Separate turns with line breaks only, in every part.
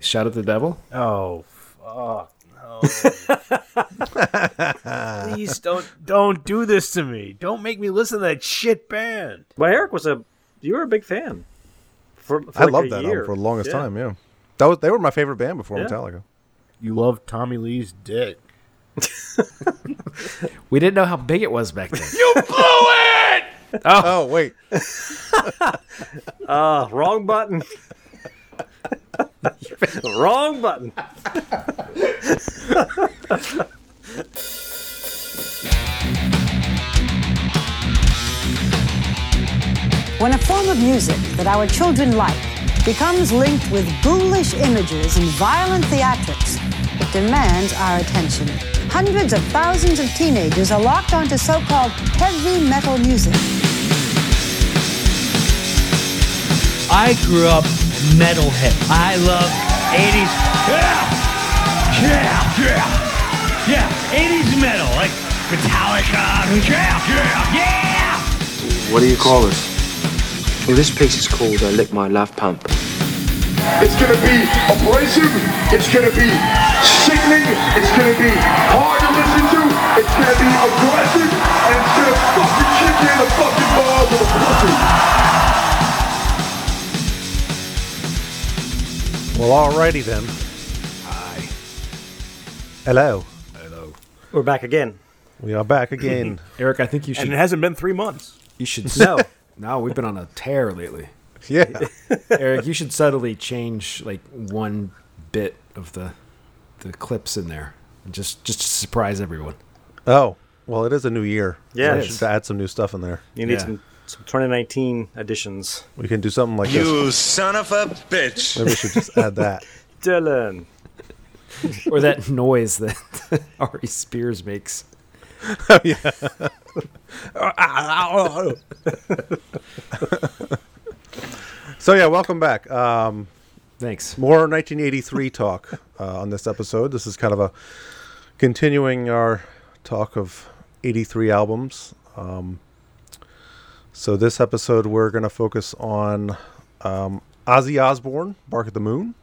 Shout at the devil.
Oh, fuck. No. Please don't don't do this to me. Don't make me listen to that shit band.
But Eric was a you were a big fan. For, for
I
like
loved
a
that
year.
album for the longest
Yeah.
time. Yeah, that was they were my favorite band before
Yeah.
Metallica.
You love Tommy Lee's dick.
We didn't know how big it was back then.
Oh wait,
Uh, wrong button. wrong button.
When a form of music that our children like becomes linked with ghoulish images and violent theatrics, it demands our attention. Hundreds of thousands of teenagers are locked onto so called heavy metal music.
I grew up metalhead. I love 80s. Yeah! Yeah! Yeah! Yeah! 80s metal, like Metallica. Yeah! Yeah! Yeah!
What do you call this? Well, this piece is called I Lick My Love Pump.
It's gonna be abrasive. It's gonna be sickening. It's gonna be hard to listen to. It's gonna be aggressive, and it's gonna fucking kick you in the fucking balls with a pussy.
well, alrighty then. Hi. Hello.
We're back again.
We are back again.
Eric, I think you
And it
should.
hasn't been three months.
You should.
No.
No, we've been on a tear lately.
yeah.
Eric, you should subtly change like one bit of the the clips in there, and just just to surprise everyone.
Oh, well, it is a new year.
Yeah,
we
it
should
is.
add some new stuff in there.
You need
Yeah.
some, some 2019 editions.
We can do something like this.
You son of a bitch.
Maybe we should just add that.
Dylan.
Or that noise that Ari Spears makes.
So yeah, welcome back. Um,
Thanks.
more 1983 talk uh, on this episode. This is kind of a continuing our talk of 83 albums. Um, so this episode we're going to focus on um, Ozzy Osbourne, "Bark at the Moon,"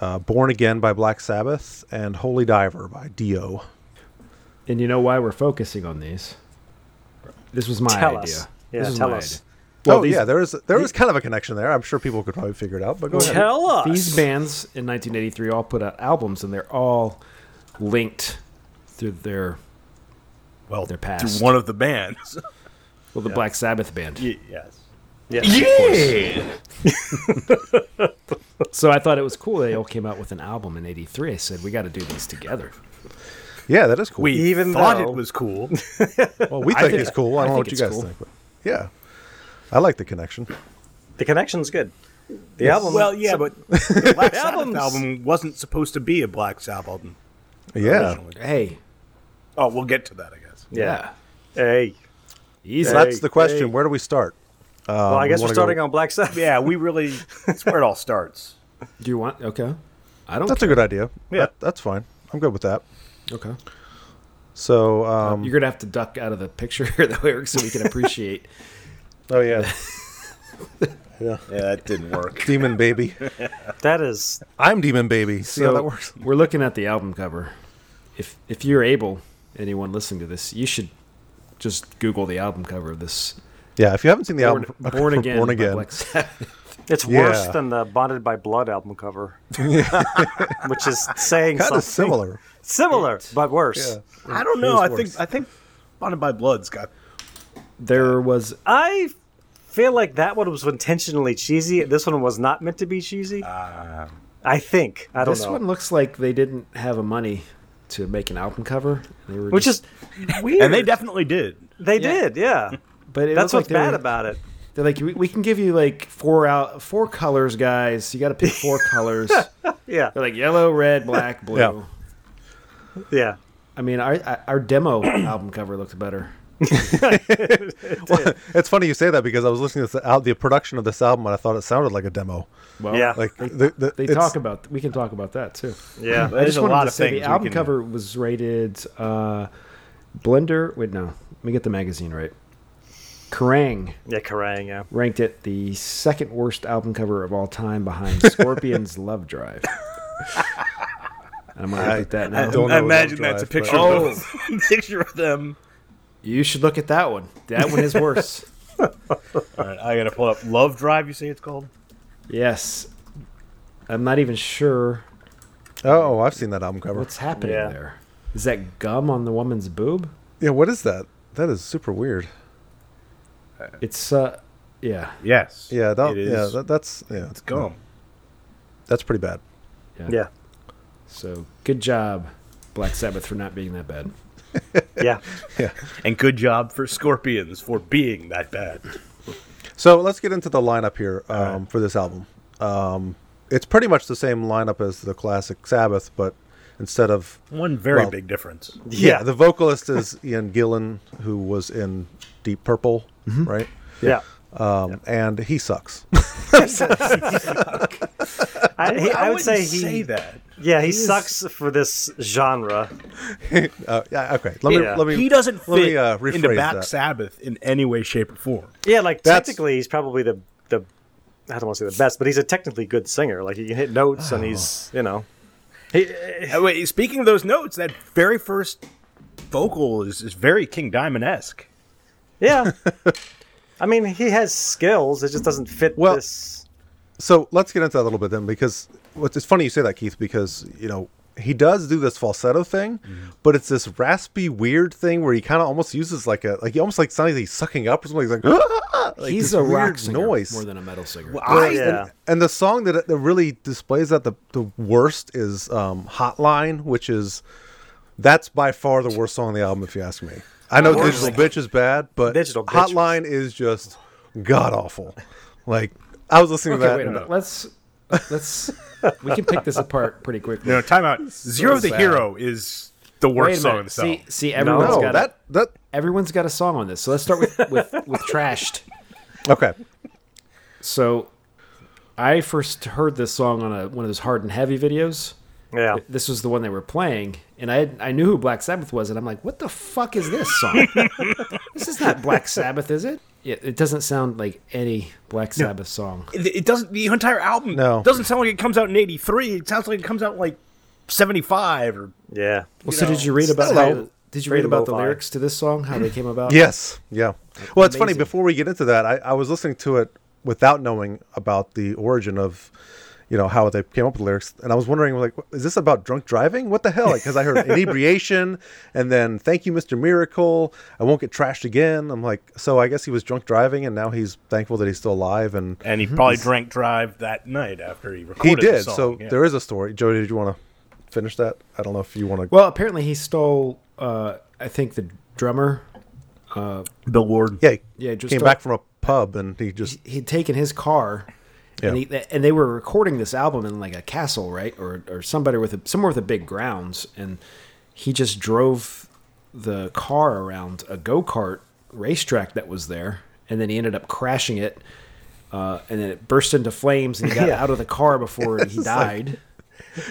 uh, "Born Again" by Black Sabbath, and "Holy Diver" by Dio.
And you know why we're focusing on these? This was my
Tell
idea.
us.
This
Yeah,
was
tell
my
us.
oh
these-
yeah, there is there is kind of a connection there. I'm sure people could probably figure it out, but go ahead.
Tell us.
These bands in 1983 all put out albums, and they're all linked through their
Well,
They're past.
To one of the bands.
well, the Black Sabbath band.
yes. Yes.
So I thought it was cool they all came out with an album in '83. I said we got to do these together.
Yeah, that is cool.
We
Even
thought
though-
it was cool.
well, we think,
think-
it's cool. I don't
I
know what
think
you
it's
guys
cool.
think, but yeah, I like the connection.
The connection's good. The album.
well, yeah, but the Black Sabbath
Albums.
album wasn't supposed to be a Black Sabbath album.
Yeah,
originally.
Hey,
Oh, we'll get to that, I guess.
yeah. Hey.
easy.
So that's the question.
hey.
Where do we start? Um,
well, I guess we're
wanna go-
starting on Black Sabbath.
Yeah, we really. That's where it all starts.
Do you want? Okay, I don't.
That's a good idea.
Yeah.
That, that's fine. I'm good with that.
okay.
So, um,
You're gonna have to duck out of the picture here, though, Eric, so we can appreciate.
oh yeah,
Yeah, that didn't work.
Demon Baby.
That is.
I'm Demon Baby. See how
So,
that works?
We're looking at the album cover. If if you're able, anyone listening to this, you should just Google the album cover of this.
Yeah. If you haven't seen the
Born,
album,
Born
for
again.
Born
by
Again.
Black Sabbath.
It's worse
Yeah.
than the Bonded by Blood album cover, which is saying
Kind
something
of similar.
Similar, but worse.
Yeah.
I don't know. I
It is
think
worse.
I think Bonded by Blood's got
There was
I feel like that one was intentionally cheesy. This one was not meant to be cheesy. I think. I don't
Um, this
know.
one looks like they didn't have a money to make an album cover. They were
which
just-
is weird.
And they definitely did.
They did, yeah.
but it
That's
looked
what's
like they
bad
were-
about it.
They're like, we, we can give you like four out, four colors, guys. You got to pick four colors. They're
Yeah,
like yellow, red, black, blue.
Yeah.
yeah.
I mean, our our- our demo album cover looked better.
It's funny you say that because I was listening to this, al- the production of this album and I thought it sounded like a demo.
Well,
Yeah.
Like the, the,
They
it's-
talk about. We can talk about that too.
Yeah.
I
There's
just
a
wanted
lot
to
of
say
things
the
we
album
can-
cover was rated uh, Blender. Wait, no, let me get the magazine right. Kerrang!
Yeah, Kerrang, yeah.
ranked it the second worst album cover of all time behind Scorpions Love Drive. And I'm gonna look at that now.
don't
I
know
imagine
Love
that's a
Drive,
picture
but-
of
Oh.
them. picture of them.
You should look at that one. That one is worse.
All right, I gotta pull up Love Drive. You say it's called.
yes. I'm not even sure
Oh, I've seen that album cover.
what's happening
Yeah.
there. Is that gum on the woman's boob?
yeah, what is that? That is super weird.
It's uh yeah.
Yes.
Yeah, that,
It is.
yeah, that, that's yeah,
It's gone.
that's pretty bad.
Yeah.
So good job, Black Sabbath, for not being that bad.
Yeah.
And good job for Scorpions for being that bad.
So let's get into the lineup here um, for this album. Um, it's pretty much the same lineup as the classic Sabbath, but instead of
One very
Well-
big difference.
yeah, the vocalist is Ian Gillan, who was in Deep Purple,
Mm-hmm.
right?
Yeah.
Um, And he sucks.
I, he, I, would say he.
say that.
Yeah, he sucks for this genre.
uh, yeah, okay, let me
Yeah.
let me.
He doesn't fit
let me, uh,
into
rephrase
Black
that.
Sabbath in any way, shape, or form.
Yeah, like
That's-
technically, he's probably the the. I don't want to say the best, but he's a technically good singer. Like he can hit notes, and he's
Oh.
you know.
Uh, Wait, speaking of those notes, that very first vocal is, is very King Diamond esque.
Yeah. I mean, he has skills. It just doesn't fit
Well-
this.
So let's get into that a little bit then, because what's it's funny you say that, Keith, because you know he does do this falsetto thing,
Mm-hmm.
but it's this raspy, weird thing where he kind of almost uses like a like he almost like sounds like he's sucking up or something. He's like, like
He's
this
a
weird
rock singer
noise
more than a metal singer.
I- Yeah.
and the song that, that really displays that the, the worst is um, Hotline, which is that's by far the worst song on the album, if you ask me. I know Digital Bitch is bad, but
Digital Bitch was-
Hotline is just god awful. Like I was listening
okay,
to
wait a
that.
minute. Let's let's we can pick this apart pretty quickly.
No, time out. Zero the
sad.
Hero is the
Wait
worst
a
song in the
minute.
song.
See, see, everyone's
no,
got a-
that that
everyone's got a song on this. So let's start with with, with trashed.
okay.
So I first heard this song on a, one of those hard and heavy videos.
Yeah.
This was the one they were playing, and I I knew who Black Sabbath was, and I'm like, what the fuck is this song? this is not Black Sabbath, is it? Yeah, it doesn't sound like any Black Sabbath song.
It, it doesn't. The entire album
No.
doesn't sound like it comes out in '83. It sounds like it comes out in, like '75 or
Yeah.
Well, so did you read about
still
how,
low-
did you
pretty
read about the
lo-fi.
lyrics to this song? How they came about?
Yes, yeah. Well, it's funny.
Amazing.
Before we get into that, I, I was listening to it without knowing about the origin of, you know, how they came up with the lyrics, and I was wondering, like, is this about drunk driving? What the hell? Because I heard inebriation, and then thank you, Mister Miracle. I won't get trashed again. I'm like, so I guess he was drunk driving, and now he's thankful that he's still alive, and
and he probably drank drive that night after he recorded.
he did.
The song.
so there is a story. Joe, did you want to finish that? I don't know if you want to.
Well, apparently he stole. Uh, I think the drummer.
Bill Ward.
yeah,
yeah,
yeah.
just
Just came
start-
back from a pub, and he just
He'd taken his car. And, he, and they were recording this album in like a castle, right, or or somebody with a, somewhere with a big grounds, and he just drove the car around a go kart racetrack that was there, and then he ended up crashing it, uh, and then it burst into flames, and he got out of the car before he died.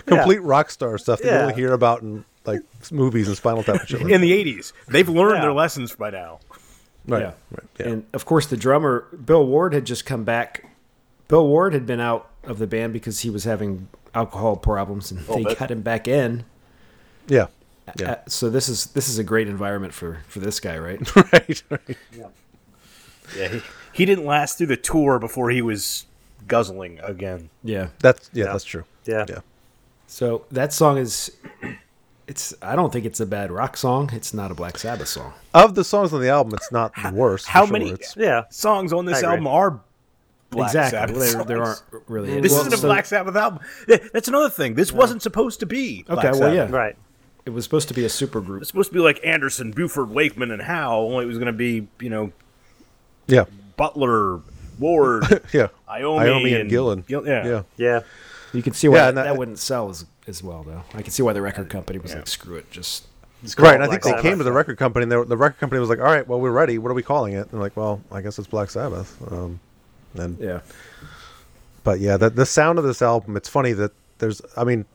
complete rock star stuff that you only
Yeah.
hear about in like s- movies and Spinal Tap and shit. like
In the '80s, they've learned
Yeah.
their lessons by now.
that. right,
Yeah.
right, yeah.
And of course, the drummer, Bill Ward, had just come back. Bill Ward had been out of the band because he was having alcohol problems and they got him back in.
yeah, yeah,
Uh, so this is this is a great environment for for this guy, right?
right, right.
Yeah, he, he didn't last through the tour before he was guzzling again.
yeah.
That's yeah, that's true.
Yeah.
yeah,
So that song is it's I don't think it's a bad rock song. It's not a Black Sabbath song.
of the songs on the album, it's not the worst. for
How
sure.
many
It's,
Yeah.
songs on
I
this
agree.
album are Black
exactly.
Sabbath?
There, there
songs?
aren't really any.
This
Well,
isn't a
so
Black Sabbath album. Th- That's another thing. This wasn't supposed to be. Black
Okay, well,
Sabbath.
yeah.
Right.
It was supposed to be a super group.
It's supposed to be like Anderson, Buford, Wakeman, and Howe. Only it was going to be you know
yeah,
Butler, Ward,
yeah.
Iommi,
and
and
Gillen.
Gil- yeah.
yeah.
Yeah.
You can see why
Yeah, and
that,
that-
wouldn't sell as, as well, though. I can see why the record company was like, "Screw it, just
Right, and I think
Black
they came
Sabbath.
to the record company, and they were, the record company was like, "All right, well, we're ready. What are we calling it?" And they're like, "Well, I guess it's Black Sabbath." Um, and
yeah."
but yeah, the, the sound of this album. It's funny that there's. I mean,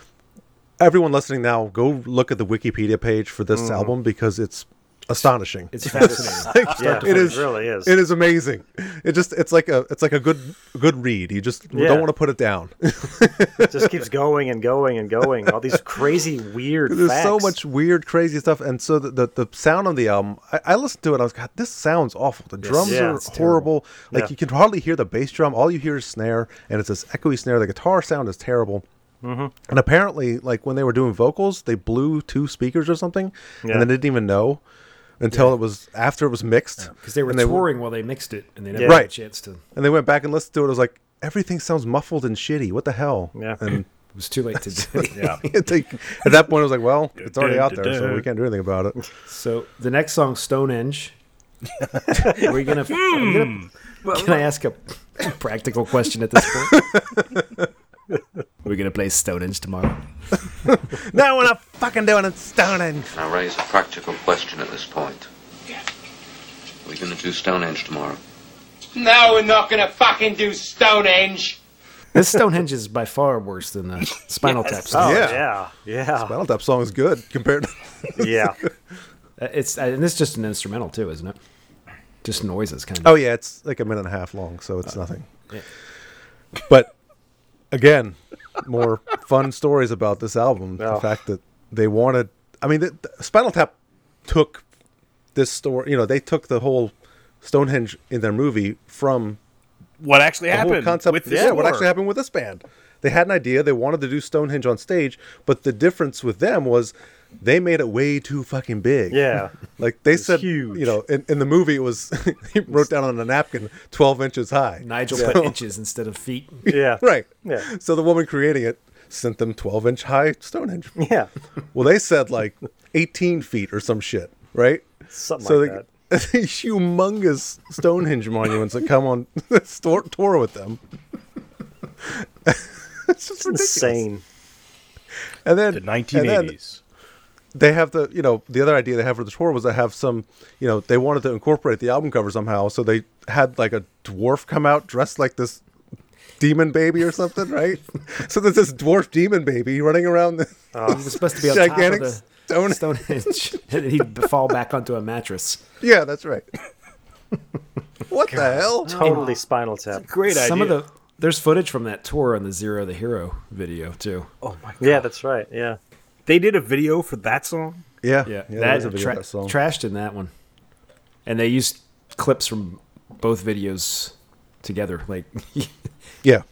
Mm-hmm.
everyone listening now, go look at the Wikipedia page for this album because it's astonishing.
It's fascinating.
like,
Yeah,
it is
it really is.
It is amazing. It just it's like a it's like a good good read. You just
Yeah.
don't want to put it down.
It just keeps going and going and going. All these crazy, weird
There's
facts.
so much weird, crazy stuff, and so the the, the sound on the album. I, I listened to it. I was God, this sounds awful. The drums
Yeah,
are
it's
horrible. Like
Yeah.
you can hardly hear the bass drum. All you hear is snare, and it's this echoey snare. The guitar sound is terrible.
Mm-hmm.
And apparently, like when they were doing vocals, they blew two speakers or something,
Yeah.
and then they didn't even know until it was after it was mixed
Because they were
and they
touring while they mixed it, and they never had a
Right.
chance to. It
and they went back and listened to it. It was like everything sounds muffled and shitty. What the hell?
Yeah.
And
was too late to do.
Yeah.
they- at that point, I was like, well, it's already out there, so we can't do anything about it.
So the next song, Stonehenge. We're gonna. I'm gonna- can I ask a practical question at this point? We're gonna play Stonehenge tomorrow.
No, we're not fucking doing it, Stonehenge.
Now raise a practical question at this point. Are we going to do Stonehenge tomorrow?
No, we're not gonna fucking do Stonehenge.
This Stonehenge is by far worse than the Spinal Tap
Oh
song.
yeah, yeah,
Battle Tap song is good compared to.
yeah.
Uh, It's and it's just an instrumental too, isn't it? Just noises, kind of.
Oh yeah, it's like a minute and a half long, so it's nothing. But again, more fun stories about this album. The
Oh.
fact that they wanted. I mean, the, the Spinal Tap took this story. You know, they took the whole Stonehenge in their movie from
What actually
the whole
happened?
concept.
with this
yeah, what
war?
actually happened with this band? They had an idea. They wanted to do Stonehenge on stage, but the difference with them was they made it way too fucking big.
Yeah.
Like they said,
huge.
you know, in, in the movie it was he wrote down on a napkin twelve inches high.
Nigel
So-
put inches instead of feet.
yeah,
right.
Yeah.
So the woman creating it sent them twelve inch high Stonehenge.
yeah.
Well, they said like eighteen feet or some shit, right?
Something
so
like
they,
that.
These humongous Stonehenge monuments that come on tour, tour with them. it's just ridiculous.
Insane.
And then
The
and then
1980s.
they have the you know the other idea they had for the tour was to have some you know they wanted to incorporate the album cover somehow, so they had like a dwarf come out dressed like this demon baby or something, right? so there's this dwarf demon baby running around. The,
He was supposed to be on
Gigantic
top of the
stone-
Stonehenge, and then he'd fall back onto a mattress.
yeah, that's right. what the hell?
Totally spinal tap.
Great idea.
Some of the there's footage from that tour on the Zero the Hero video too.
Oh,
Yeah, that's right. Yeah.
they did a video for that song.
Yeah,
Yeah,
there
that,
is a video
tra-
of that song.
trashed in that one, and they used clips from both videos together. Like, like
yeah,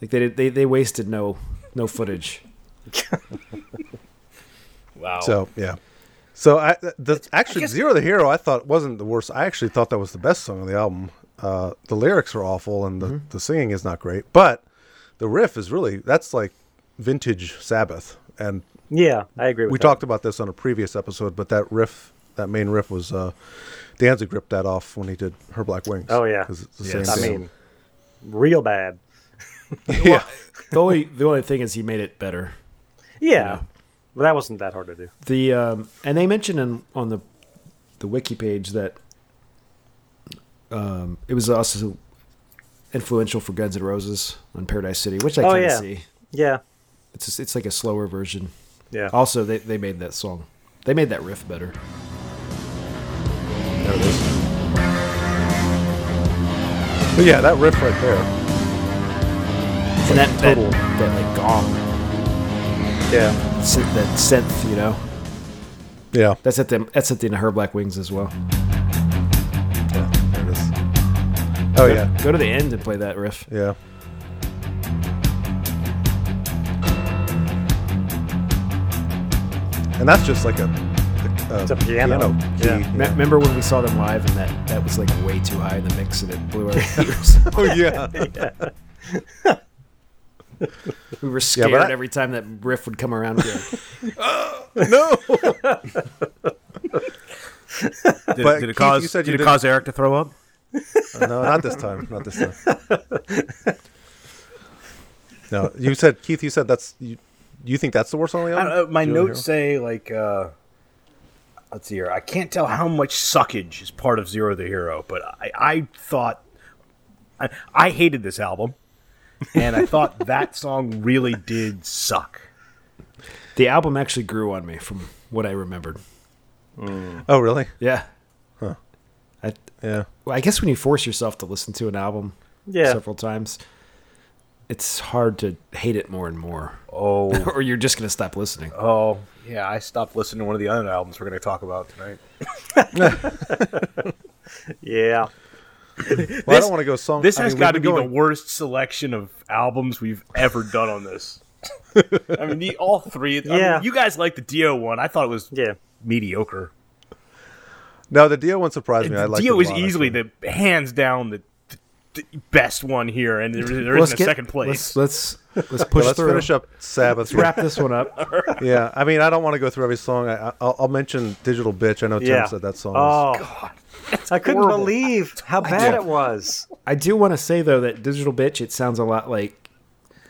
they did, they they wasted no no footage.
Wow.
Oh.
So yeah, so I th- the actually zero the hero I thought wasn't the worst. I actually thought that was the best song on the album. Uh, the lyrics are awful and the,
Mm-hmm.
the singing is not great, but the riff is really that's like vintage Sabbath. And
Yeah, I agree with
we
that.
talked about this on a previous episode, but that riff, that main riff was uh, Danzig ripped that off when he did her Black Wings.
Oh, yeah.
'cause it's the
Yes.
same.
I
damn-
mean, real bad.
yeah,
The only the only thing is he made it better.
Yeah. But that wasn't that hard to do.
The um, and they mentioned in, on the the wiki page that um, it was also influential for Guns N' Roses on Paradise City, which I
Oh,
kind of
yeah.
see.
Yeah.
It's just, it's like a slower version.
Yeah.
Also, they they made that song, they made that riff better.
But yeah, that riff right there.
And that
total-
that, that like gong,
Yeah,
synth, that synth, you know.
yeah.
That's at the that's at the Her Black Wings as well.
There it is. Oh yeah.
Go to the end and play that riff.
Yeah. And that's just like a, a,
It's a piano.
key.
Yeah.
Me- Remember when we saw them live and that that was like way too high in the mix and it blew our ears.
Oh yeah.
we were
but
scared
I-
every time that riff would come around. We'd be like,
no.
Did,
But
did it
Keith,
cause?
you said
did
you
it
didn't-
cause Eric to throw up?
no, not this time. Not this time. No, you said Keith. You said that's you. You think that's the worst song on the
I
album?
don't know, my
Zero
notes say like, uh, let's see here. I can't tell how much suckage is part of Zero the Hero, but I, I thought I, I hated this album, and I thought that song really did suck.
the album actually grew on me from what I remembered.
Oh, really?
Yeah.
Huh.
I,
yeah.
Well, I guess when you force yourself to listen to an album
Yeah.
several times, it's hard to hate it more and more.
Oh.
or you're just going to stop listening.
Oh, yeah, I stopped listening to one of the other albums we're going to talk about tonight.
yeah.
Well, I don't want to go song.
This
I
has
mean,
got to
we've
be
been
the
going-
worst selection of albums we've ever done on this. I mean, the, all three. I mean,
Yeah.
you guys like the Dio one. I thought it was
yeah
mediocre.
No, the Dio one surprised me. I like
Dio is easily the hands down the, the, the best one here, and there, there
Let's
isn't a
get-
second place.
Let's let's, let's
Yeah,
push
let's
through.
finish up Sabbath.
Let's wrap this one up.
yeah, I mean, I don't want to go through every song. I, I- I'll, I'll mention "Digital Bitch." I know Tim
yeah.
said that song. was-
Oh, I couldn't
horrible.
believe how bad
do.
it was.
I do want to say though that digital bitch it sounds a lot like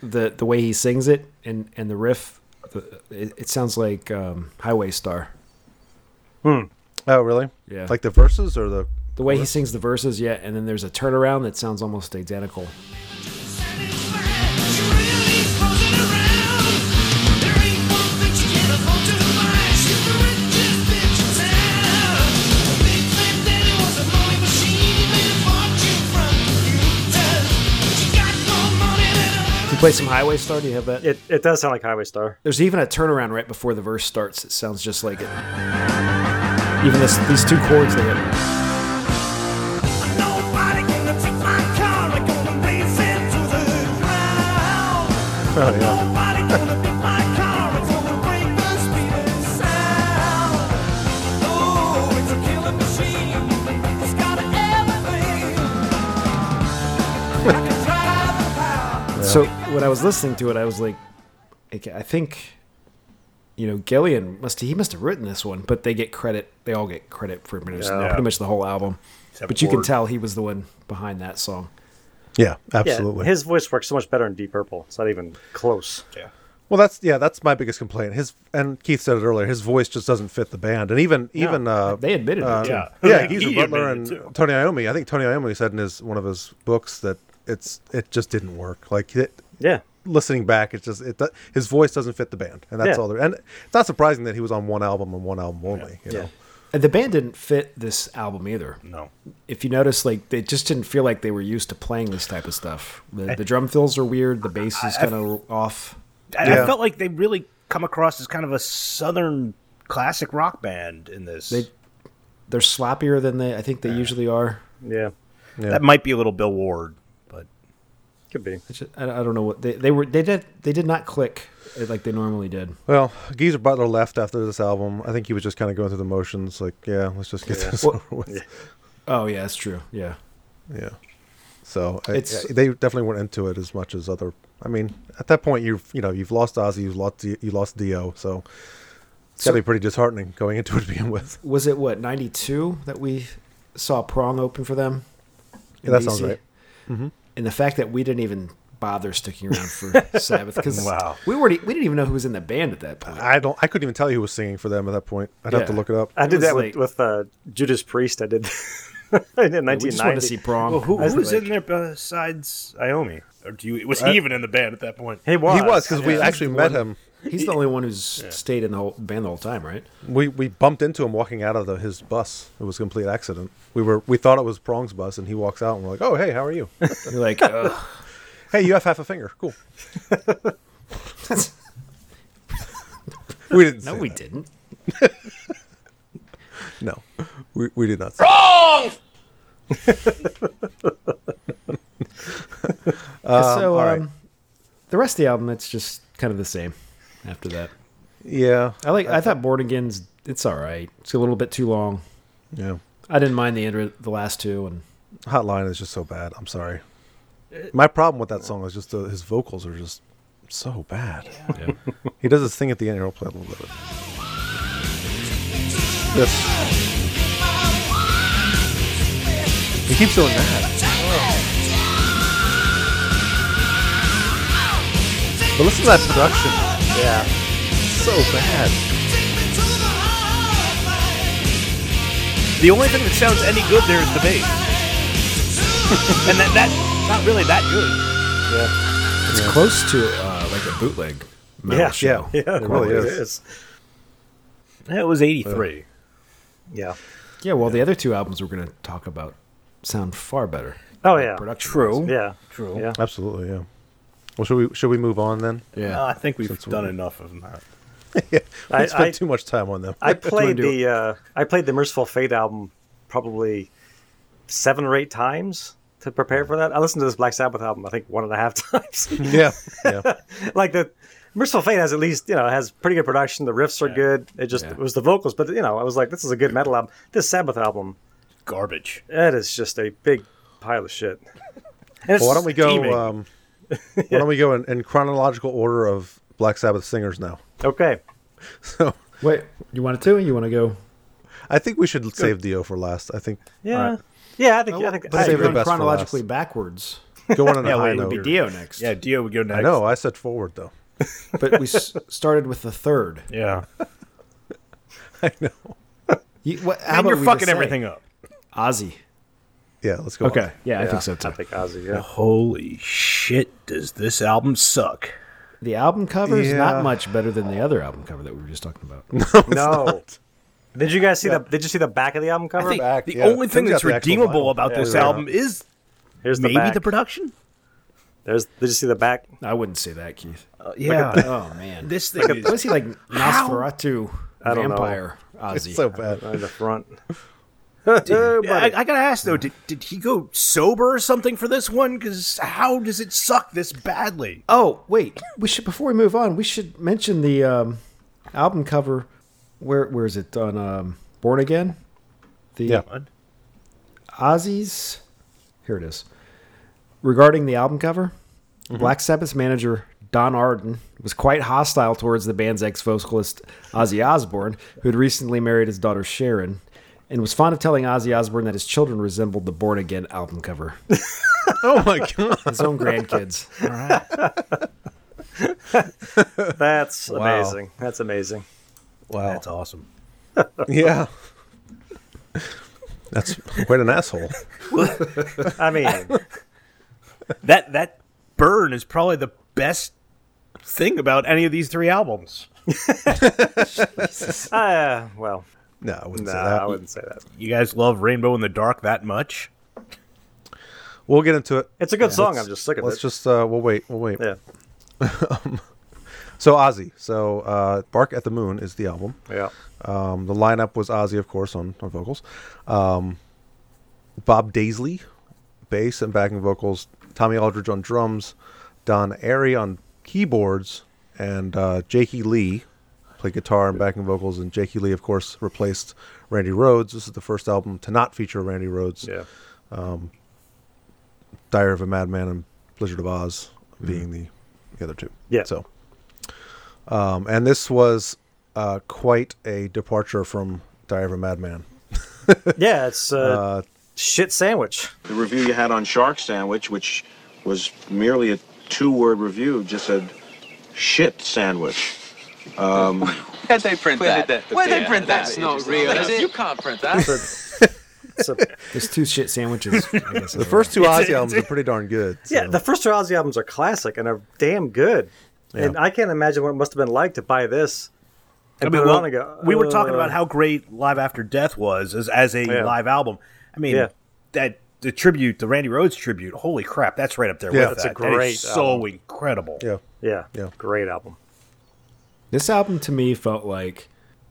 the the way he sings it and and the riff the, it, it sounds like um, Highway Star.
oh, really?
Yeah.
Like the verses or the
The way he sings the verses, yeah, and then there's a turnaround that sounds almost identical. Can you play some Highway Star? Do you have that?
It, it does sound like Highway Star.
There's even a turnaround right before the verse starts. It sounds just like it. Even this, these two chords they hit.
Oh, yeah.
So when I was listening to it, I was like, okay, I think, you know, Gillian must he must have written this one, but they get credit. They all get credit for pretty much,
Yeah.
pretty much the whole album.
Except
but you can
Ward.
tell he was the one behind that song.
yeah, absolutely.
Yeah, his voice works so much better in Deep Purple. It's not even close.
Yeah.
Well, that's yeah, that's my biggest complaint. His and Keith said it earlier. His voice just doesn't fit the band, and even even uh,
They admitted
uh,
it. Too.
yeah.
yeah,
He
Geezer
admitted
Butler
it,
and
too.
Tony Iommi. I think Tony Iommi said in his one of his books that it's it just didn't work. Like it,
Yeah.
listening back, it's just it do- his voice doesn't fit the band, and that's
Yeah.
all there. And it's not surprising that he was on one album and one album only. You know,
And the band didn't fit this album either.
No.
If you notice, like they just didn't feel like they were used to playing this type of stuff. The, the drum fills are weird. The bass is kind of off.
I, I
Yeah.
felt like they really come across as kind of a southern classic rock band in this.
They- They're sloppier than they I think they usually are.
Yeah.
That might be a little Bill Ward, but
Could be.
I, just, I I don't know what they, they were. They did they did not click uh, like they normally did.
well, Geezer Butler left after this album. I think he was just kind of going through the motions. Like, yeah, let's just get this
Well-
over with.
Oh yeah, that's true. Yeah,
Yeah. So I-
It's-
I- they definitely weren't into it as much as other. I mean, at that point, you've you know you've lost Ozzy, you've lost you lost Dio, so it's gotta be pretty disheartening going into it to begin with.
was it what ninety two that we saw Prong open for them? in
Yeah, that sounds
DC?
right.
And the fact that we didn't even bother sticking around for Sabbath because
Wow.
we were we didn't even know who was in the band at that point.
I don't. I couldn't even tell you who was singing for them at that point. I'd have to
Yeah.
look it up.
I
It
did
was
that
like-
with, with uh, Judas Priest. I did in
we
1990.
just wanted to see Prong.
well, who,
I was
who's
like-
in there besides Iomi? Or do you, was he even in the band at that point?
He was.
he was because we
Yeah.
actually
He's the
met
one-
him.
He's the only one who's stayed in the whole band the whole time, right?
We we bumped into him walking out of the, his bus. It was a complete accident. We were we thought it was Prong's bus, and he walks out, and we're like, "Oh, hey, how are you?
You're like, "Ugh."
hey, you have half a finger. Cool." We didn't.
no,
say
we
that.
didn't.
No, we we did not. say
Wrong!
so
all right.
um, the rest of the album, it's just kind of the same after that. Uh,
Yeah,
I like. I thought Born Again's it's all right. It's a little bit too long.
yeah.
I didn't mind the end, the last two, and
Hotline is just so bad. I'm sorry. My problem with that song is just the, his vocals are just so bad. he does this thing at the end. Here, I'll play a little bit of it. Yes. He keeps doing that. But listen to that production.
Yeah.
So bad.
The only thing that sounds any good there is the bass. and that, that not really that good.
it's close to uh, like a bootleg. metal
Yeah,
show.
yeah, yeah.
It really
It
is.
is.
Uh, It was 83.
Yeah.
Yeah, well, the other two albums we're going to talk about sound far better.
Oh yeah.
Production.
True.
wise.
Yeah. True. Yeah.
Absolutely, yeah. Well, should we should we move on then?
Yeah.
Uh, I think we've
Since we-
done enough of that.
yeah, we
I-
spent
I-
too much time on them.
I played the uh, I played the Merciful Fate album probably seven or eight times to prepare for that. I listened to this Black Sabbath album I think one and a half times.
yeah, yeah.
like the Merciful Fate has at least you know has pretty good production. The riffs are good. It just it was the vocals, but you know I was like, this is a good metal album. This Sabbath album,
garbage.
That is just a big pile of shit. And
Well,
it's
why don't we go?
steaming.
Um, Why don't we go in, in chronological order of Black Sabbath singers now?
Okay.
So
wait, you want to? You want to go?
I think we should save Dio for last. I think.
Yeah. Yeah, I think I think
But if you're
Save the
going
best for
chronologically
last.
backwards.
Go on and
yeah,
high
it would be
note.
Dio next.
Yeah, Dio would go next.
I know. I said forward though.
But we s- started with the third.
Yeah.
I know.
You, what, how
And
about
you're
we
fucking
just say
everything up.
Ozzy.
Yeah, let's go.
Okay.
on.
Yeah, I think so too.
I think Ozzy. Yeah.
Holy shit, does this album suck?
The album cover is
Yeah.
not much better than the other album cover that we were just talking about.
no. Did you guys see the Did you see the back of the album cover?
I think
back,
the
yeah.
only thing
Who's got
that's
the actual
redeemable
vinyl?
about
Yeah,
this
yeah.
album is
Here's the
maybe
back.
the production.
There's Did you see the back?
I wouldn't say that, Keith.
Yeah,
Oh man,
this thing
what
is
is he like Nosferatu
I don't know.
vampire Ozzy?
It's so bad.
On Uh, the front.
I, I gotta ask though, did, did he go sober or something for this one? Because how does it suck this badly?
Oh wait, we should before we move on, we should mention the um, album cover. Where where is it on um, Born Again? The
Yeah.
Ozzy's. Here it is. Regarding the album cover,
Mm-hmm.
Black Sabbath's manager Don Arden was quite hostile towards the band's ex-vocalist Ozzy Osbourne, who had recently married his daughter Sharon, and was fond of telling Ozzy Osbourne that his children resembled the Born Again album cover.
Oh my god.
His own grandkids.
That's amazing. That's amazing.
Wow.
That's awesome.
yeah. That's quite an asshole.
I mean,
That that burn is probably the best thing about any of these three albums.
uh, well,
No, I wouldn't
no,
say that.
I wouldn't say that.
You guys love Rainbow in the Dark that much?
We'll get into it.
It's a good song. I'm just sick of
Let's
it.
just uh, we'll wait. We'll wait.
yeah,
So Ozzy. So uh, Bark at the Moon is the album.
yeah.
Um, the lineup was Ozzy, of course, on, on vocals. Um, Bob Daisley, bass and backing vocals. Tommy Aldridge on drums. Don Airy on keyboards. And uh, Jakey Lee played guitar and backing vocals. And Jakey Lee, of course, replaced Randy Rhodes. This is the first album to not feature Randy Rhodes.
Yeah.
Dire of a Madman and Blizzard of Oz being the, the other two.
Yeah.
So, um, and this was uh, quite a departure from Dire of a Madman.
Yeah, it's uh, shit sandwich.
The review you had on Shark Sandwich, which was merely a two-word review, just said "shit sandwich." Um,
Had they print
Printed
that?
that.
Why'd they
Yeah,
print that?
that's not real, is it?
You can't print that.
It's a,
There's two shit sandwiches. I guess
The first two
It's-
Ozzy
it's-
albums are pretty darn good.
yeah,
so-
the first two Ozzy albums are classic and are damn good. And I can't imagine what it must have been like to buy this. And put it
well,
on and go,
we were talking
uh,
about how great Live After Death was as, as a
Yeah.
live album. I mean,
Yeah.
that the tribute, the Randy Rhodes tribute. Holy crap, that's right up there. with
Yeah. That's
a
that. That is
great
so incredible.
yeah.
Yeah,
Yeah.
great album.
This album to me felt like,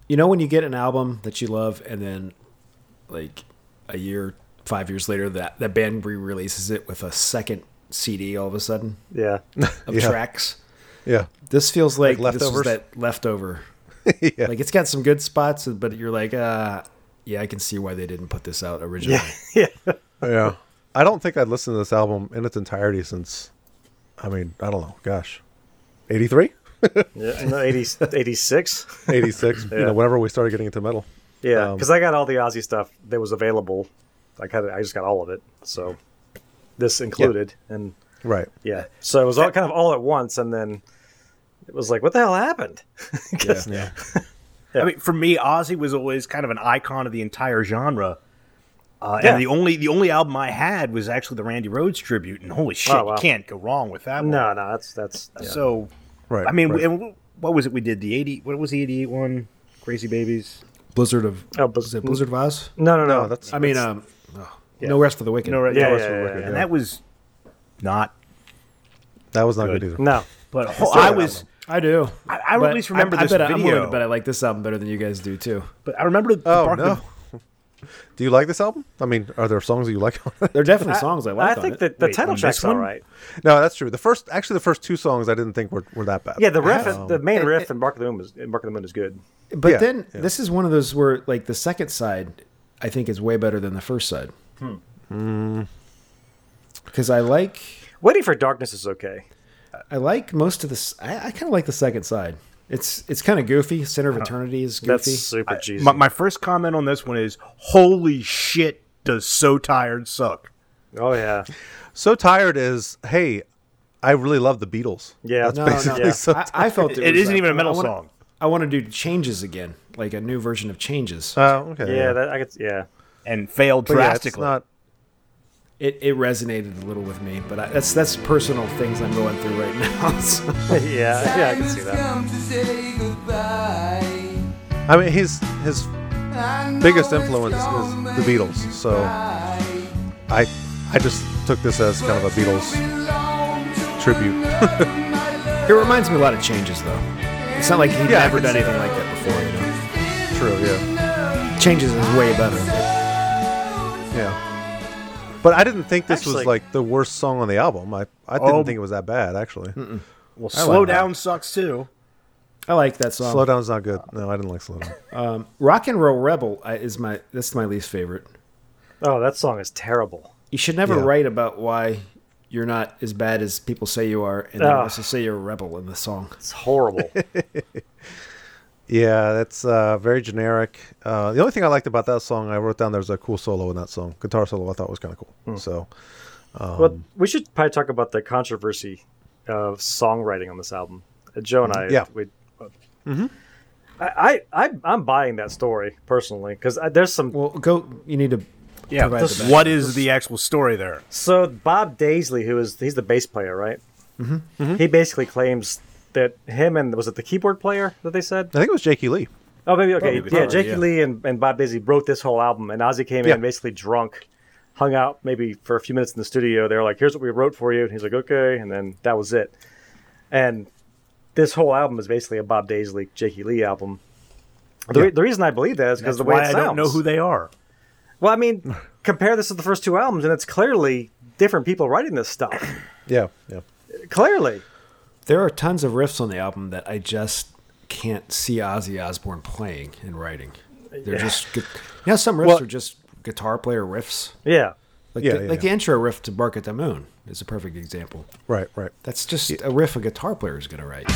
you know, when you get an album that you love, and then, like, a year, five years later, that that band re-releases it with a second CD all of a sudden
Yeah,
of
Yeah.
tracks.
Yeah.
This feels like,
Like
this was
leftovers?
that leftover.
Yeah.
Like it's got some good spots, but you're like, uh, yeah, I can see why they didn't put this out originally.
yeah.
Yeah. I don't think I'd listened to this album in its entirety since, I mean, I don't know, gosh, 83?
yeah. No, 80, 86.
86, you
Yeah.
know, whenever we started getting into metal.
Yeah,
Um,
because I got all the Aussie stuff that was available. I got, I just got all of it, so this included, and
Right.
yeah, so it was all kind of all at once, and then it was like, what the hell happened? 'Cause-
Yeah.
I mean, for me, Ozzy was always kind of an icon of the entire genre. Uh,
Yeah.
And the only the only album I had was actually the Randy Rhodes tribute, and holy shit,
wow.
you can't go wrong with that one.
No, no, that's that's yeah.
So,
Right.
I mean,
right.
and what was it we did? The eighty? What was the eighty-eight one? Crazy Babies.
Blizzard of oh, was it Blizzard of Oz?
No, no, no. That's
I mean,
that's-
um, oh, no rest for the wicked.
No, Re-
Yeah,
no rest
yeah,
for the
yeah,
wicked.
yeah.
And that was not.
That was not good, either.
No, but
It's still
I
an
was.
I do.
I, I at least remember
I,
this
I bet
video.
I, am but I like this album better than you guys do too.
But I remember. The
Oh
Bark-
no. Do you like this album? I mean, are there songs that you like?
There are definitely songs I like I on think it. the- the title track's
all
all
right.
right.
No, that's true. The first, actually, the first two songs I didn't think were, were that bad.
Yeah, the riff,
Um,
the main riff in Bark of the Moon is Bark of the Moon is good.
But then this is one of those where like the second side, I think is way better than the first side.
Hmm.
Because I like
Waiting for Darkness is okay.
I like most of this. I, I kind of like the second side. It's it's kind of goofy. Center of Eternity is goofy.
I- My, my first comment on this one is, "Holy shit! Does so tired suck?"
Oh yeah.
So tired is hey, I really love the Beatles. that's basically so.
I, I felt
It
was
isn't even a metal
I wanna-
song.
I want to do changes again, like a new version of changes.
Uh-huh. Oh,
That, I could, yeah.
And failed
But yeah, it's
drastically.
not- it it resonated a little with me, but I, that's that's personal things I'm going through right now. so.
yeah, yeah, I can see that.
I mean, his his biggest influence is the Beatles. So I I just took this as kind of a Beatles tribute.
it reminds me a lot of changes, though. It's not like he'd
Yeah, I
never
could
done
see
anything like that before. You know?
True. Yeah.
Changes is way better.
Yeah. But I didn't think this
Actually-
was like the worst song on the album. I I didn't
Oh.
think it was that bad actually.
Well,
I like
slow
that.
down sucks too.
I like that
Um,
song.
Slow down's not good. No, I didn't like slow down.
Um, Rock and Roll Rebel I- is my that's my least favorite.
Oh, that song is terrible.
You should never
Yeah.
write about why you're not as bad as people say you are, and then
Ah.
Ugh.
also say you're a rebel in the song.
It's horrible.
Yeah, that's uh, very generic. Uh, the only thing I liked about that song, I wrote down there's a cool solo in that song. Guitar solo I thought was kind of cool.
Hmm.
So, um,
well, we should probably talk about the controversy of songwriting on this album. Uh, Joe and I,
Yeah.
we, uh,
Mhm.
I, I, I, I'm buying that story personally because there's some.
Well, go. You need to.
Yeah,
provide
this-
the
what
background.
is the actual story there?
So Bob Daisley, who is he's the bass player, right?
Mm-hmm.
Mhm.
He basically claims that him and was it the keyboard player that they said?
I think it was Jakey Lee.
Oh, maybe okay.
Probably,
yeah,
probably,
Jakey
yeah.
Lee and, and Bob Daisley wrote this whole album, and Ozzy came
Yeah.
in basically drunk, hung out maybe for a few minutes in the studio. They were like, "Here's what we wrote for you," and he's like, "Okay," and then that was it. And this whole album is basically a Bob Daisley, Jakey Lee album. The, re- the reason I believe that is because
That's
the way
why
it
I don't know
sounds.
who they are.
Well, I mean, compare this to the first two albums, and it's clearly different people writing this stuff.
Yeah, yeah.
clearly,
there are tons of riffs on the album that I just can't see Ozzy Osbourne playing and writing. They're
Yeah.
just. Good. You know, some riffs
Well-
are just guitar player riffs.
Yeah.
Like,
Yeah,
the,
yeah,
like the intro riff to Bark at the Moon is a perfect example.
Right, right.
That's just a riff a guitar player is going to write.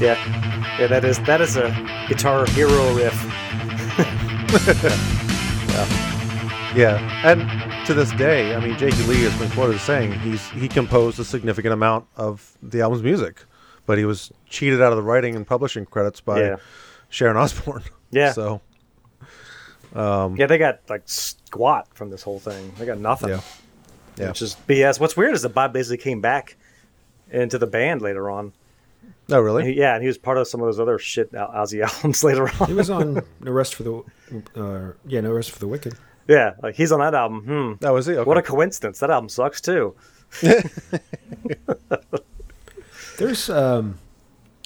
Yeah, yeah, that is that is a guitar hero riff.
Yeah, and to this day, I mean, Jakey Lee has been quoted as saying he's he composed a significant amount of the album's music, but he was cheated out of the writing and publishing credits by
Yeah.
Sharon Osbourne.
Yeah.
So, um,
yeah, they got like squat from this whole thing. They got nothing.
Yeah. Yeah.
Which is BS. What's weird is that Bob Daisley came back into the band later on.
Oh, really?
And he- yeah, and he was part of some of those other shit Al- Ozzy albums later on.
He was on No Rest for the. Uh, yeah, No Rest for the Wicked.
yeah, like he's on that album. Hmm.
That was it.
What a coincidence. That album sucks too.
There's um,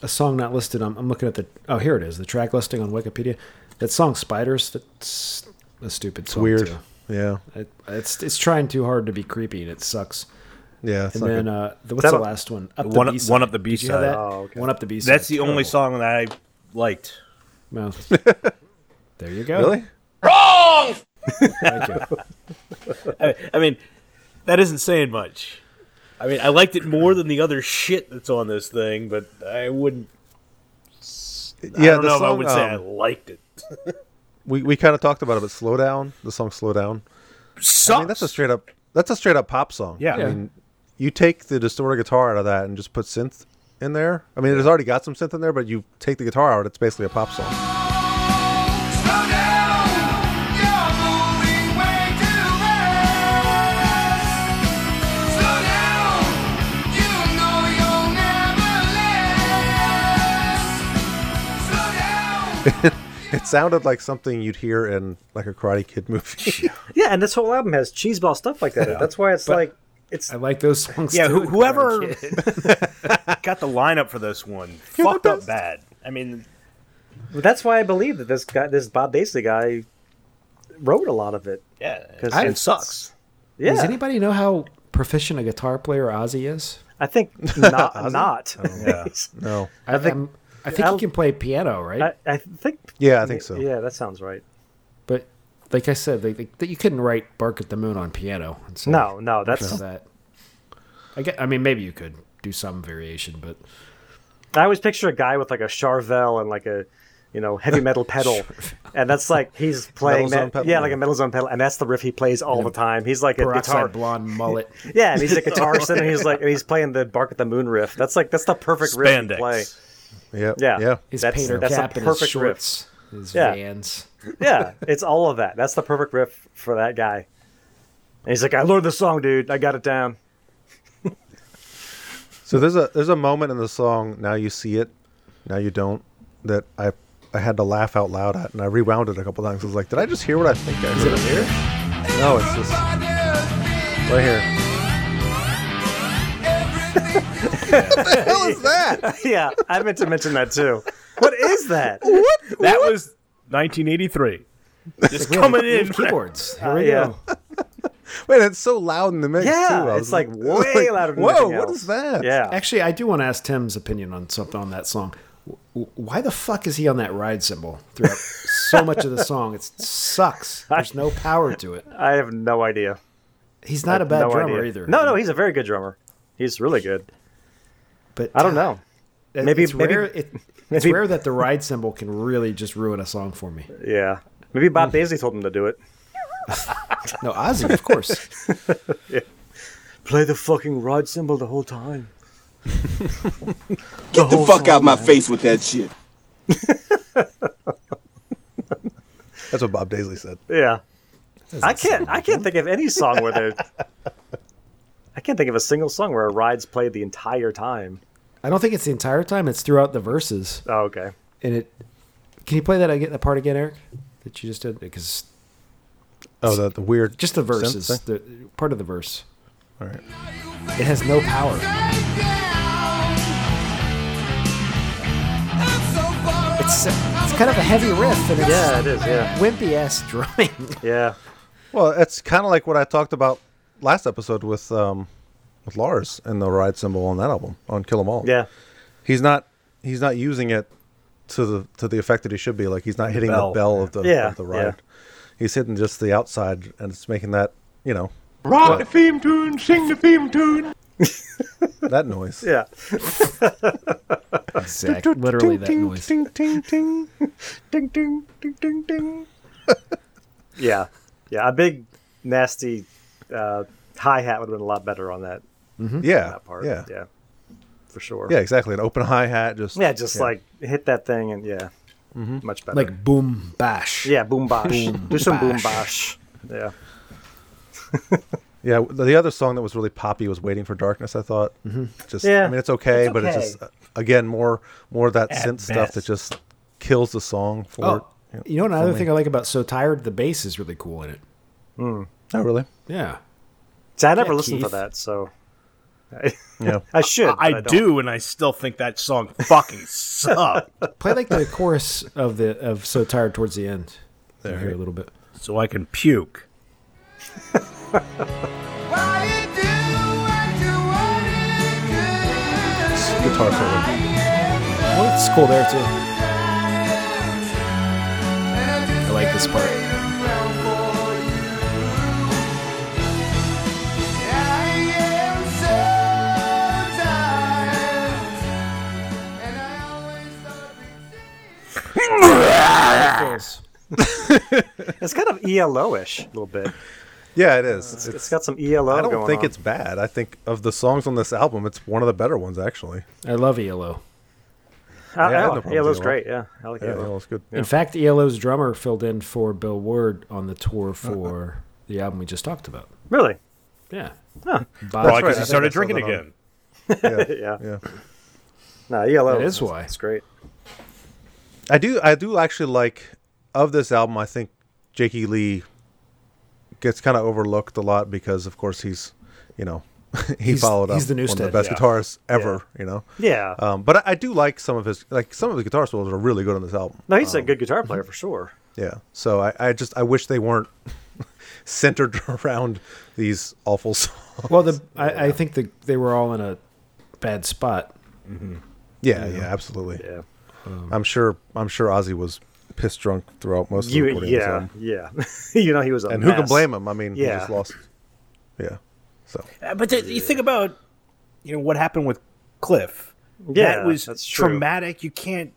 a song not listed. I'm, I'm looking at the. Oh, here it is. The track listing on Wikipedia. That song "Spiders." That's a stupid
It's
song.
weird.
too.
Yeah.
It, it's it's trying too hard to be creepy, and it sucks.
Yeah, it's
and
not
then
good.
uh, the,
That
what's the
one-
last one? Up the
one,
B-side.
one up the
Did you
B
have
side.
that? One up the B side.
That's the only song that I liked.
No. there you go.
Really?
Wrong!
Thank you.
I, I mean, that isn't saying much. I mean, I liked it more than the other shit that's on this thing, but I wouldn't. Yeah, I
Yeah,
don't
the
know if I
song,
would say I
um,
liked it.
we we kind of talked about it, but slow down. The song slow down. I mean, that's a straight up. That's a straight up pop song.
Yeah.
I mean, you take the distorted guitar out of that and just put synth in there. I mean, it's already got some synth in there, but you take the guitar out, it's basically a pop song. It sounded like something you'd hear in like a Karate Kid movie.
Yeah, and this whole album has cheeseball stuff like that.
Yeah.
That's why it's
But-
like it's.
I like those songs.
Yeah, who,
too,
whoever
Karate
got the lineup for this one
You're the
fucked up bad. I mean,
But that's why I believe that this guy, this Bob Daisley guy, wrote a lot of it.
Yeah,
'Cause
I-
it's- Yeah,
Does anybody know how proficient a guitar player Ozzy is?
I think not. not.
No.
I think
Um,
I think he can play piano, right?
I, I think.
Yeah, I think so.
Yeah, that sounds right.
But like I said, they, they, you couldn't write "Bark at the Moon" on piano. and so-
No, no, that's-
so that. I, get, I mean, maybe you could do some variation, but
I always picture a guy with like a Charvel and like a, you know, heavy metal pedal, and that's like he's playing
Metal zone
that.
pedal,
yeah,
yeah.
like a metal zone pedal, and that's the riff he plays all the time. He's like a
peroxide
guitar.
blonde mullet.
Yeah, and he's a guitar center. He's like, and he's playing the "Bark at the Moon" riff. That's like that's the perfect riff to
Spandex.
play.
Yeah,
yeah, yeah.
His
that's,
painter
that's
cap
the
and his
perfect
shorts,
riff.
his Vans.
yeah, it's all of that. That's the perfect riff for that guy. And he's like, I learned the song, dude. I got it down.
So there's a there's a moment in the song now you see it, now you don't that I I had to laugh out loud at and I rewound it a couple times. I was like, did I just hear what I think I
Is
heard?
it here?
No, it's just right here.
what
the hell is that?
yeah, I meant to mention that too. What is that? What?
That was 1983. Just
we have
coming
new
in
keyboards.
Here we go.
Wait, it's so loud in the mix
Yeah,
too. I
it's,
was
like,
I
way
was
louder than
Whoa,
anything
what
else."
is that?
Actually, I do want to ask Tim's opinion on something on that song. W- Why the fuck is he on that ride cymbal throughout so much of the song? It sucks. There's no power to it.
I have no idea.
He's
I
not a
have
bad
no
drummer
idea.
either.
No, no, he's a very good drummer. He's really good.
But
I don't know.
It-
Maybe-
it's
maybe-
rare. It, it's
maybe-
rare that the ride cymbal can really just ruin a song for me.
Yeah, maybe Bob Daisley told him to do it.
No, Ozzy, of course.
Yeah. Play the fucking rod cymbal the whole time.
Get the,
whole
fuck out
song,
my
man.
face with that shit.
That's what Bob Daisley said.
Yeah.
Doesn't
I can't. I can't think of any song where there. I can't think of a single song where a ride's played the entire time.
I don't think it's the entire time. It's throughout the verses.
Oh, okay.
And it. Can you play that again? That part again, Eric? That you just did because
Oh, the, the weird
just the
synth
verses,
thing?
the part of the verse.
All right.
It has no power. It's it's kind of a heavy riff, and it's
Yeah, it is, yeah.
wimpy ass drumming.
Yeah.
Well, it's kind of like what I talked about last episode with um, with Lars and the ride symbol on that album on Kill 'Em All.
Yeah.
he's not he's not using it to the to the effect that he should be. Like he's not hitting
bell.
the bell of the
Yeah,
of the
yeah.
ride. He's hitting just the outside, and it's making that you know
Rock the theme tune, sing the theme tune.
that noise.
Yeah.
exactly. Literally that
Ting,
noise.
Ting ting ting,
ting ting ting ting ting.
Yeah, yeah. A big nasty uh, hi hat would have been a lot better on that.
Mhm. Yeah,
on that part.
yeah.
yeah, for sure.
Yeah, exactly. An open hi hat, just
Yeah, just like hit that thing and yeah,
Mm-hmm.
much better.
Like boom bash.
yeah, boom bosh.
Boom
Do some boom
bash.
bosh. Yeah.
yeah. The the other song that was really poppy was "Waiting for Darkness." I thought, mm-hmm. just
Yeah.
I mean, it's okay,
It's
but it's
okay.
just uh, again more more of that
At
synth stuff that
best.
just kills the song for
Oh,
it.
you know another
for
thing
me.
I like about "So Tired"? The bass is really cool in it.
Oh, really?
Yeah.
See, I never
Yeah,
listened to
Keith.
that, so I,
Yeah.
I should. but
I,
don't.
do, and I still think that song fucking sucked.
Play like the chorus of the of "So Tired" towards the end. There, here a little bit.
So I can puke.
guitar solo.
Well, it's cool there too. I like this part.
it's kind of ELO-ish a little bit.
Yeah, it is. It's,
it's got some ELO.
I don't
going
think
on.
it's bad. I think of the songs on this album, it's one of the better ones actually.
I love E ELO.
I,
Yeah, I had no
I,
problem
ELO's
with ELO.
great. Yeah, I like
E
E
Yeah, E
ELO.
ELO's good.
Yeah.
In fact, ELO's drummer filled in for Bill Ward on the tour for the album we just talked about.
Really?
Yeah.
Huh.
Bob- That's right,
Because
I
Oh, he
think
started
I saw
drinking
that on-
again.
yeah.
Yeah.
No, E ELO.
That is
that's-
why.
It's great.
I do I do actually like of this album, I think Jakey Lee gets kind of overlooked a lot because, of course, he's you know he
He's-
followed up
he's the
one of the
Newstead,
best
yeah.
guitarists ever. You know,
Yeah.
Um, but I, I do like some of his like some of his guitar solos are really good on this album.
No, he's a good guitar
mm-hmm.
player for sure.
Yeah. So I, I just I wish they weren't centered around these awful songs.
Well, the I, I think the, they were all in a bad spot. Mm-hmm.
Yeah, yeah, absolutely.
Yeah.
I'm sure I'm sure Ozzy was pissed drunk throughout most of the
You-
recording.
yeah,
of this album.
yeah. you know he was a
and who can
mess.
blame him? I mean, he
Yeah.
just lost. Yeah. So
Uh, But th- you think about you know what happened with Cliff.
Yeah,
that was
that's true.
traumatic. You can't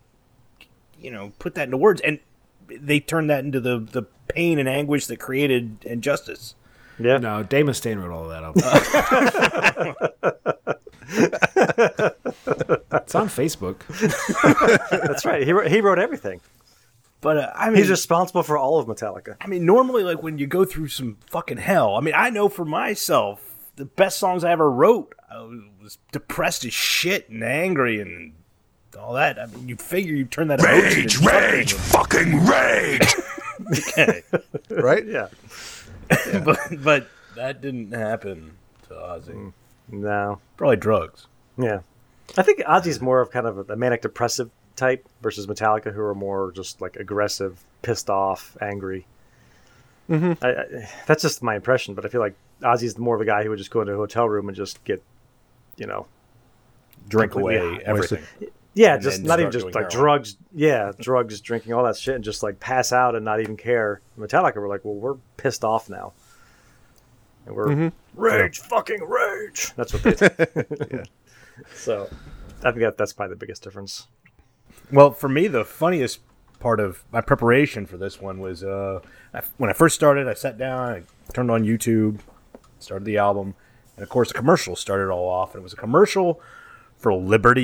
you know put that into words, and they turned that into the the pain and anguish that created injustice.
Yeah.
No, Dave Mustaine wrote all that up. it's on Facebook.
That's right. He wrote, he wrote everything.
But uh, I mean,
Hmm.
He's responsible for all of Metallica.
I mean, normally, like when you go through some fucking hell, I mean, I know for myself, the best songs I ever wrote, I was depressed as shit and angry and all that. I mean, you figure you turn that
Rage, rage,
fucking rage. okay,
right?
Yeah.
but but that didn't happen to Ozzy.
No.
Probably drugs.
Yeah. I think Ozzy's more of kind of a manic depressive type versus Metallica, who are more just like aggressive, pissed off, angry.
Mhm.
I, I, that's just my impression, but I feel like Ozzy's more of a guy who would just go into a hotel room and just get, you know,
Drink
completely
away
high.
everything.
Yeah,
And
just
then
not even
start
just
doing
like
heroin.
drugs. Yeah, drugs, drinking, all that shit, and just like pass out and not even care. Metallica were like, well, we're pissed off now, and we're
Mhm.
rage, fucking rage. That's what they. did. So, I think that that's probably the biggest difference.
Well, for me, the funniest part of my preparation for this one was uh, I, when I first started. I sat down, I turned on YouTube, started the album, and of course, the commercial started all off. And it was a commercial for Liberty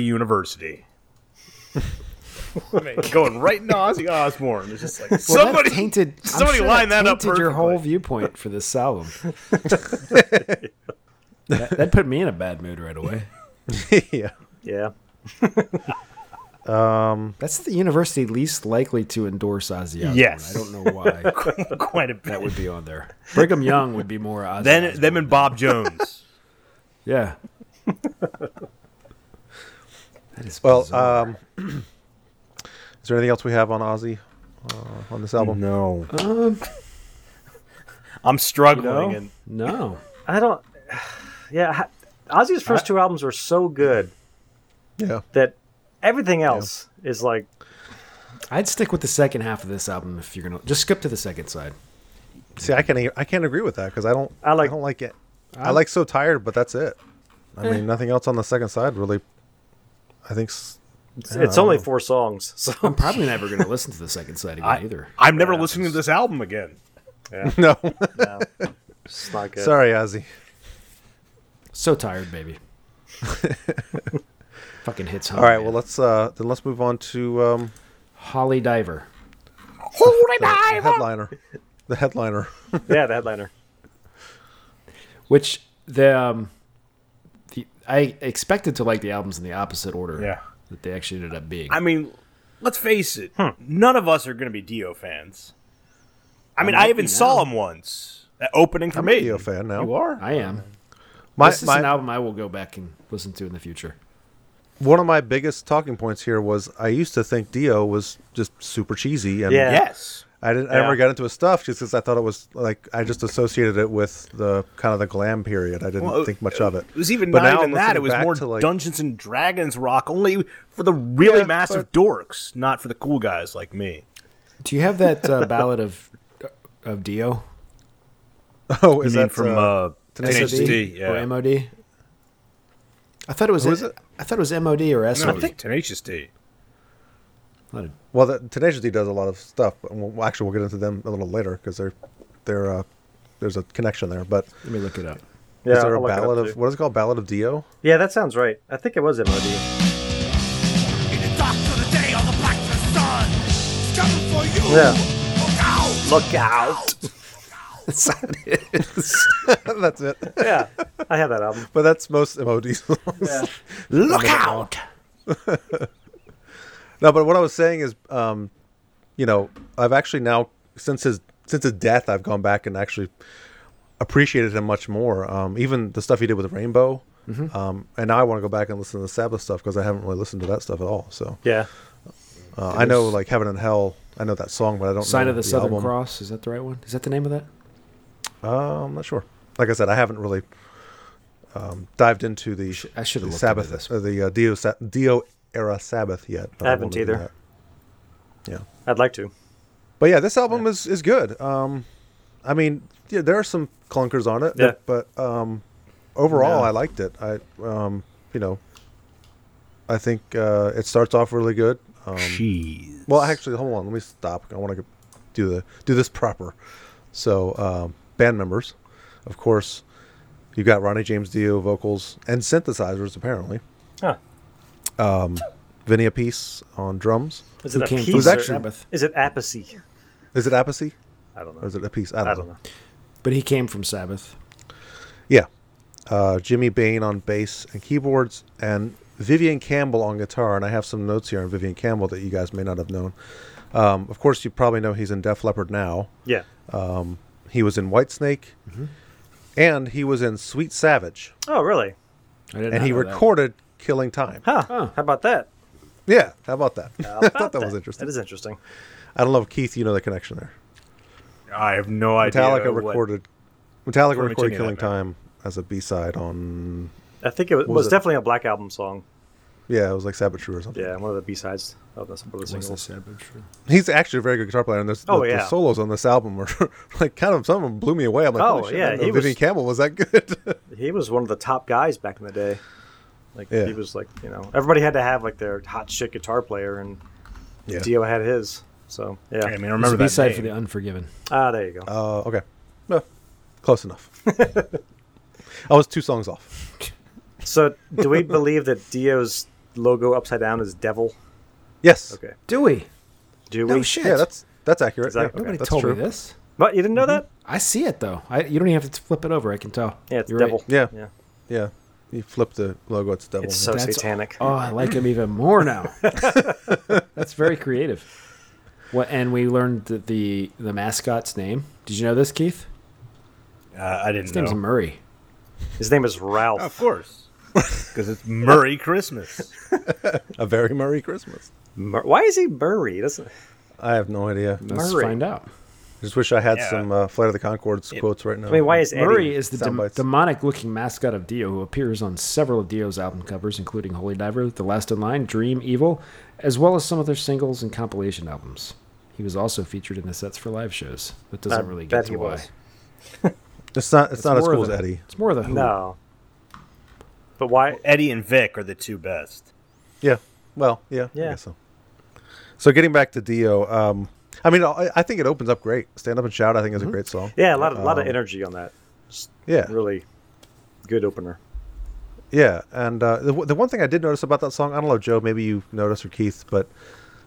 University. I mean, going right into Ozzy Osbourne. It's just like
Well,
somebody
that tainted. I'm
Somebody
sure
line that, up.
tainted your
perfectly.
whole viewpoint for this album. that, that put me in a bad mood right away.
yeah.
Yeah.
Um.
That's the university least likely to endorse Ozzy Osbourne.
Yes.
I don't know why.
Quite a bit.
that would be on there. Brigham Young would be more Ozzy.
Then
Osbourne.
them and Bob Jones.
yeah.
Well, um, is there anything else we have on Ozzy uh, on this
Oh,
album?
No.
Um.
I'm struggling.
You know?
and
No.
I don't. Yeah, ha- Ozzy's first two albums were so good
Yeah.
that everything else is like
I'd stick with the second half of this album if you're gonna just skip to the second side.
See, I can I can't agree with that because I don't I like I don't like it. I,
I'm-
like so tired, but that's it. I
Eh.
mean, nothing else on the second side really. I think s-
it's,
I don't
it's only
know.
four songs. So
I'm probably never going to listen to the second side again either.
I'm never listening to this album again. Yeah.
no.
no, it's not good.
Sorry, Ozzy.
So tired, baby. Fucking hits home.
All right,
man.
well let's uh then let's move on to um
Holly Diver.
the, the headliner. The headliner.
Yeah, the headliner.
which the, um, the I expected to like the albums in the opposite order.
Yeah.
that they actually ended up being.
I mean, let's face it. None of us are going to be Dio fans. I mean, I, even saw him once. That opening for
I'm
me.
a Dio fan now.
You are?
I am.
My-
this is
my-
an album I will go back and listen to in the future.
One of my biggest talking points here was I used to think Dio was just super cheesy and
Yeah.
Yes.
I didn't. I
Yeah.
never got into his stuff just because I thought it was like I just associated it with the kind of the glam period. I didn't
Well,
think much of it.
It was even
But
not
now
even
I'm
that. It
listening
was
back
more
to, like-
Dungeons and Dragons rock, only for the really
Yeah,
massive dorks, not for the cool guys like me.
Do you have that uh, ballad of of Dio?
Oh, is
you mean
that
from
uh,
uh,
Tenacious
SOD
D,
or
yeah.
MOD? I thought it was,
Who is
it? I thought it was MOD or
No,
SOD.
I think Tenacious D.
Well, the, Tenacious D does a lot of stuff, but we'll, actually we'll get into them a little later because they're, they're, uh, there's a connection there. But
Let me look it up.
Yeah,
is there
I'll
a
look it up
ballad of
too.
what is it called Ballad of Dio?
Yeah, that sounds right. I think it was MOD. Yeah.
Look out!
That's not it.
that's it.
Yeah, I have that album.
But that's most MOD songs.
Look out!
No, but what I was saying is, um, you know, I've actually now since his since his death, I've gone back and actually appreciated him much more. Um, even the stuff he did with Rainbow,
Mm-hmm.
Mhm.
um, and now I want to go back and listen to the Sabbath stuff because I haven't really listened to that stuff at all. So
Yeah.
uh, I know like Heaven and Hell. I know that song, but I don't
Sign
know
of the, Southern
album.
Cross. Is that the right one? Is that the name of that?
Uh, I'm not sure. Like I said, I haven't really um, dived into the, I
should've
the
looked
Sabbath, uh, the uh, Dio, Sa- Dio era Sabbath yet. but
I
wanna
haven't
do
either.
that. Yeah.
I'd like to.
But yeah, this album is is good. Um, I mean, yeah, there are some clunkers on it.
Yeah.
But, but, um, overall,
Yeah.
I liked it. I um, you know, I think uh, it starts off really good. Um,
Jeez.
Well, actually, hold on. Let me stop. I want to do the do this proper. So, um, band members, of course, you've got Ronnie James Dio vocals and synthesizers apparently.
Huh.
Um, Vinny Appice on drums.
Is it a piece?
Who's
or-
actually
Is it apathy?
is it Appice?
I don't know.
Or is it a piece? I don't,
I don't
know.
But he came from Sabbath.
Yeah. Uh, Jimmy Bain on bass and keyboards, and Vivian Campbell on guitar. And I have some notes here on Vivian Campbell that you guys may not have known. Um, of course, you probably know he's in Def Leppard now.
Yeah.
Um, he was in Whitesnake,
Mm-hmm.
and he was in Sweet Savage.
Oh, really?
and he recorded Killing Time.
Huh. How about that?
Yeah, how about that?
How
I
about
thought that, was interesting.
That is interesting.
I don't know if Keith, you know the connection there.
I have no idea.
Metallica
what-
recorded
Pretty
Metallica
much
recorded
any of
Killing
that
Time as a B side on
I think it was,
What
was
it?
definitely a Black Album song.
Yeah, it was like Saboteur or something.
Yeah, one of the B sides of the, one of the singles.
He's actually a very good guitar player, and there's,
Oh,
the, the
yeah.
solos on this album are like kind of some of them blew me away. I'm like,
Oh,
holy shit,
yeah,
I didn't
he
know Vivian
was-
Campbell was that good.
He was one of the top guys back in the day. Like
Yeah.
he was like you know everybody had to have like their hot shit guitar player, and
Yeah.
Dio had his. So yeah,
I mean, I
It's
remember
a B
that
side
name.
for the Unforgiven.
Ah, there you go.
Uh, okay, well, close enough. I was two songs off.
So do we believe that Dio's logo upside down is devil?
Yes.
Okay.
Do we?
Do we?
No shit.
Yeah, that's that's accurate.
Is that-
Yeah,
Nobody
that's
told
true.
me this.
What? You didn't know that?
Mm-hmm.
I see it though. I, you don't even have to flip it over. I can tell.
Yeah, it's
You're
devil.
right.
Yeah.
Yeah.
Yeah. You flip the logo, it's double.
It's so
That's-
satanic.
Oh, I like him even more now. That's very creative. What? And we learned that the the mascot's name. Did you know this, Keith?
Uh, I didn't
His
know.
name's Murray.
His name is Ralph.
Of course. Because it's Murray Christmas.
a very Merry Christmas.
Mur- Why is he Murray? That's
I have no idea.
Let's
Murray.
find out.
I just wish I had
Yeah.
some uh, Flight of the Concords quotes right now.
I mean, why is Eddie?
Murray is the
Sound bites.
demonic looking mascot of Dio who appears on several of Dio's album covers, including Holy Diver, The Last in Line, Dream, Evil, as well as some of their singles and compilation albums. He was also featured in the sets for live shows. That doesn't
I
really
bet
get
he
to why.
was.
It's not. It's, not as
more of
cool as
the-
Eddie.
It's more of
Mm.
the who.
No. But why?
Eddie and Vic are the two best.
Yeah. Well. Yeah. I
Yeah.
guess so. So getting back to Dio, um, I mean, I, I think it opens up great. Stand up and shout. I think
Mm-hmm.
is a great song.
Yeah, a lot of lot of
Um,
energy on that. Just
Yeah.
really good opener.
Yeah, and uh, the, w- the one thing I did notice about that song, I don't know, Joe, maybe you noticed or Keith, but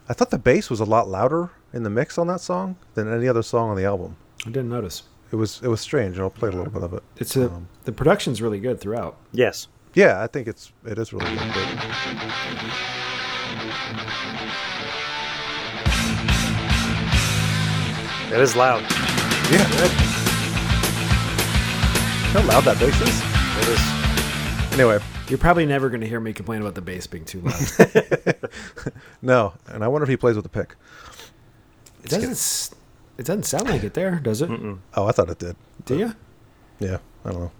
I thought the bass was a lot louder in the mix on that song than any other song on the album.
I didn't notice.
It was it was strange. and I'll play a little bit of it.
It's a
Um,
the production's really good throughout.
Yes.
Yeah, I think it's it is really good. but-
It is loud.
Yeah. How loud that bass is.
It is.
Anyway,
You're probably never going to hear me complain about the bass being too loud.
no, and I wonder if he plays with a pick.
it doesn't. s- It doesn't sound like it there, does it?
Oh, I thought it did.
Do you?
Yeah, I don't know.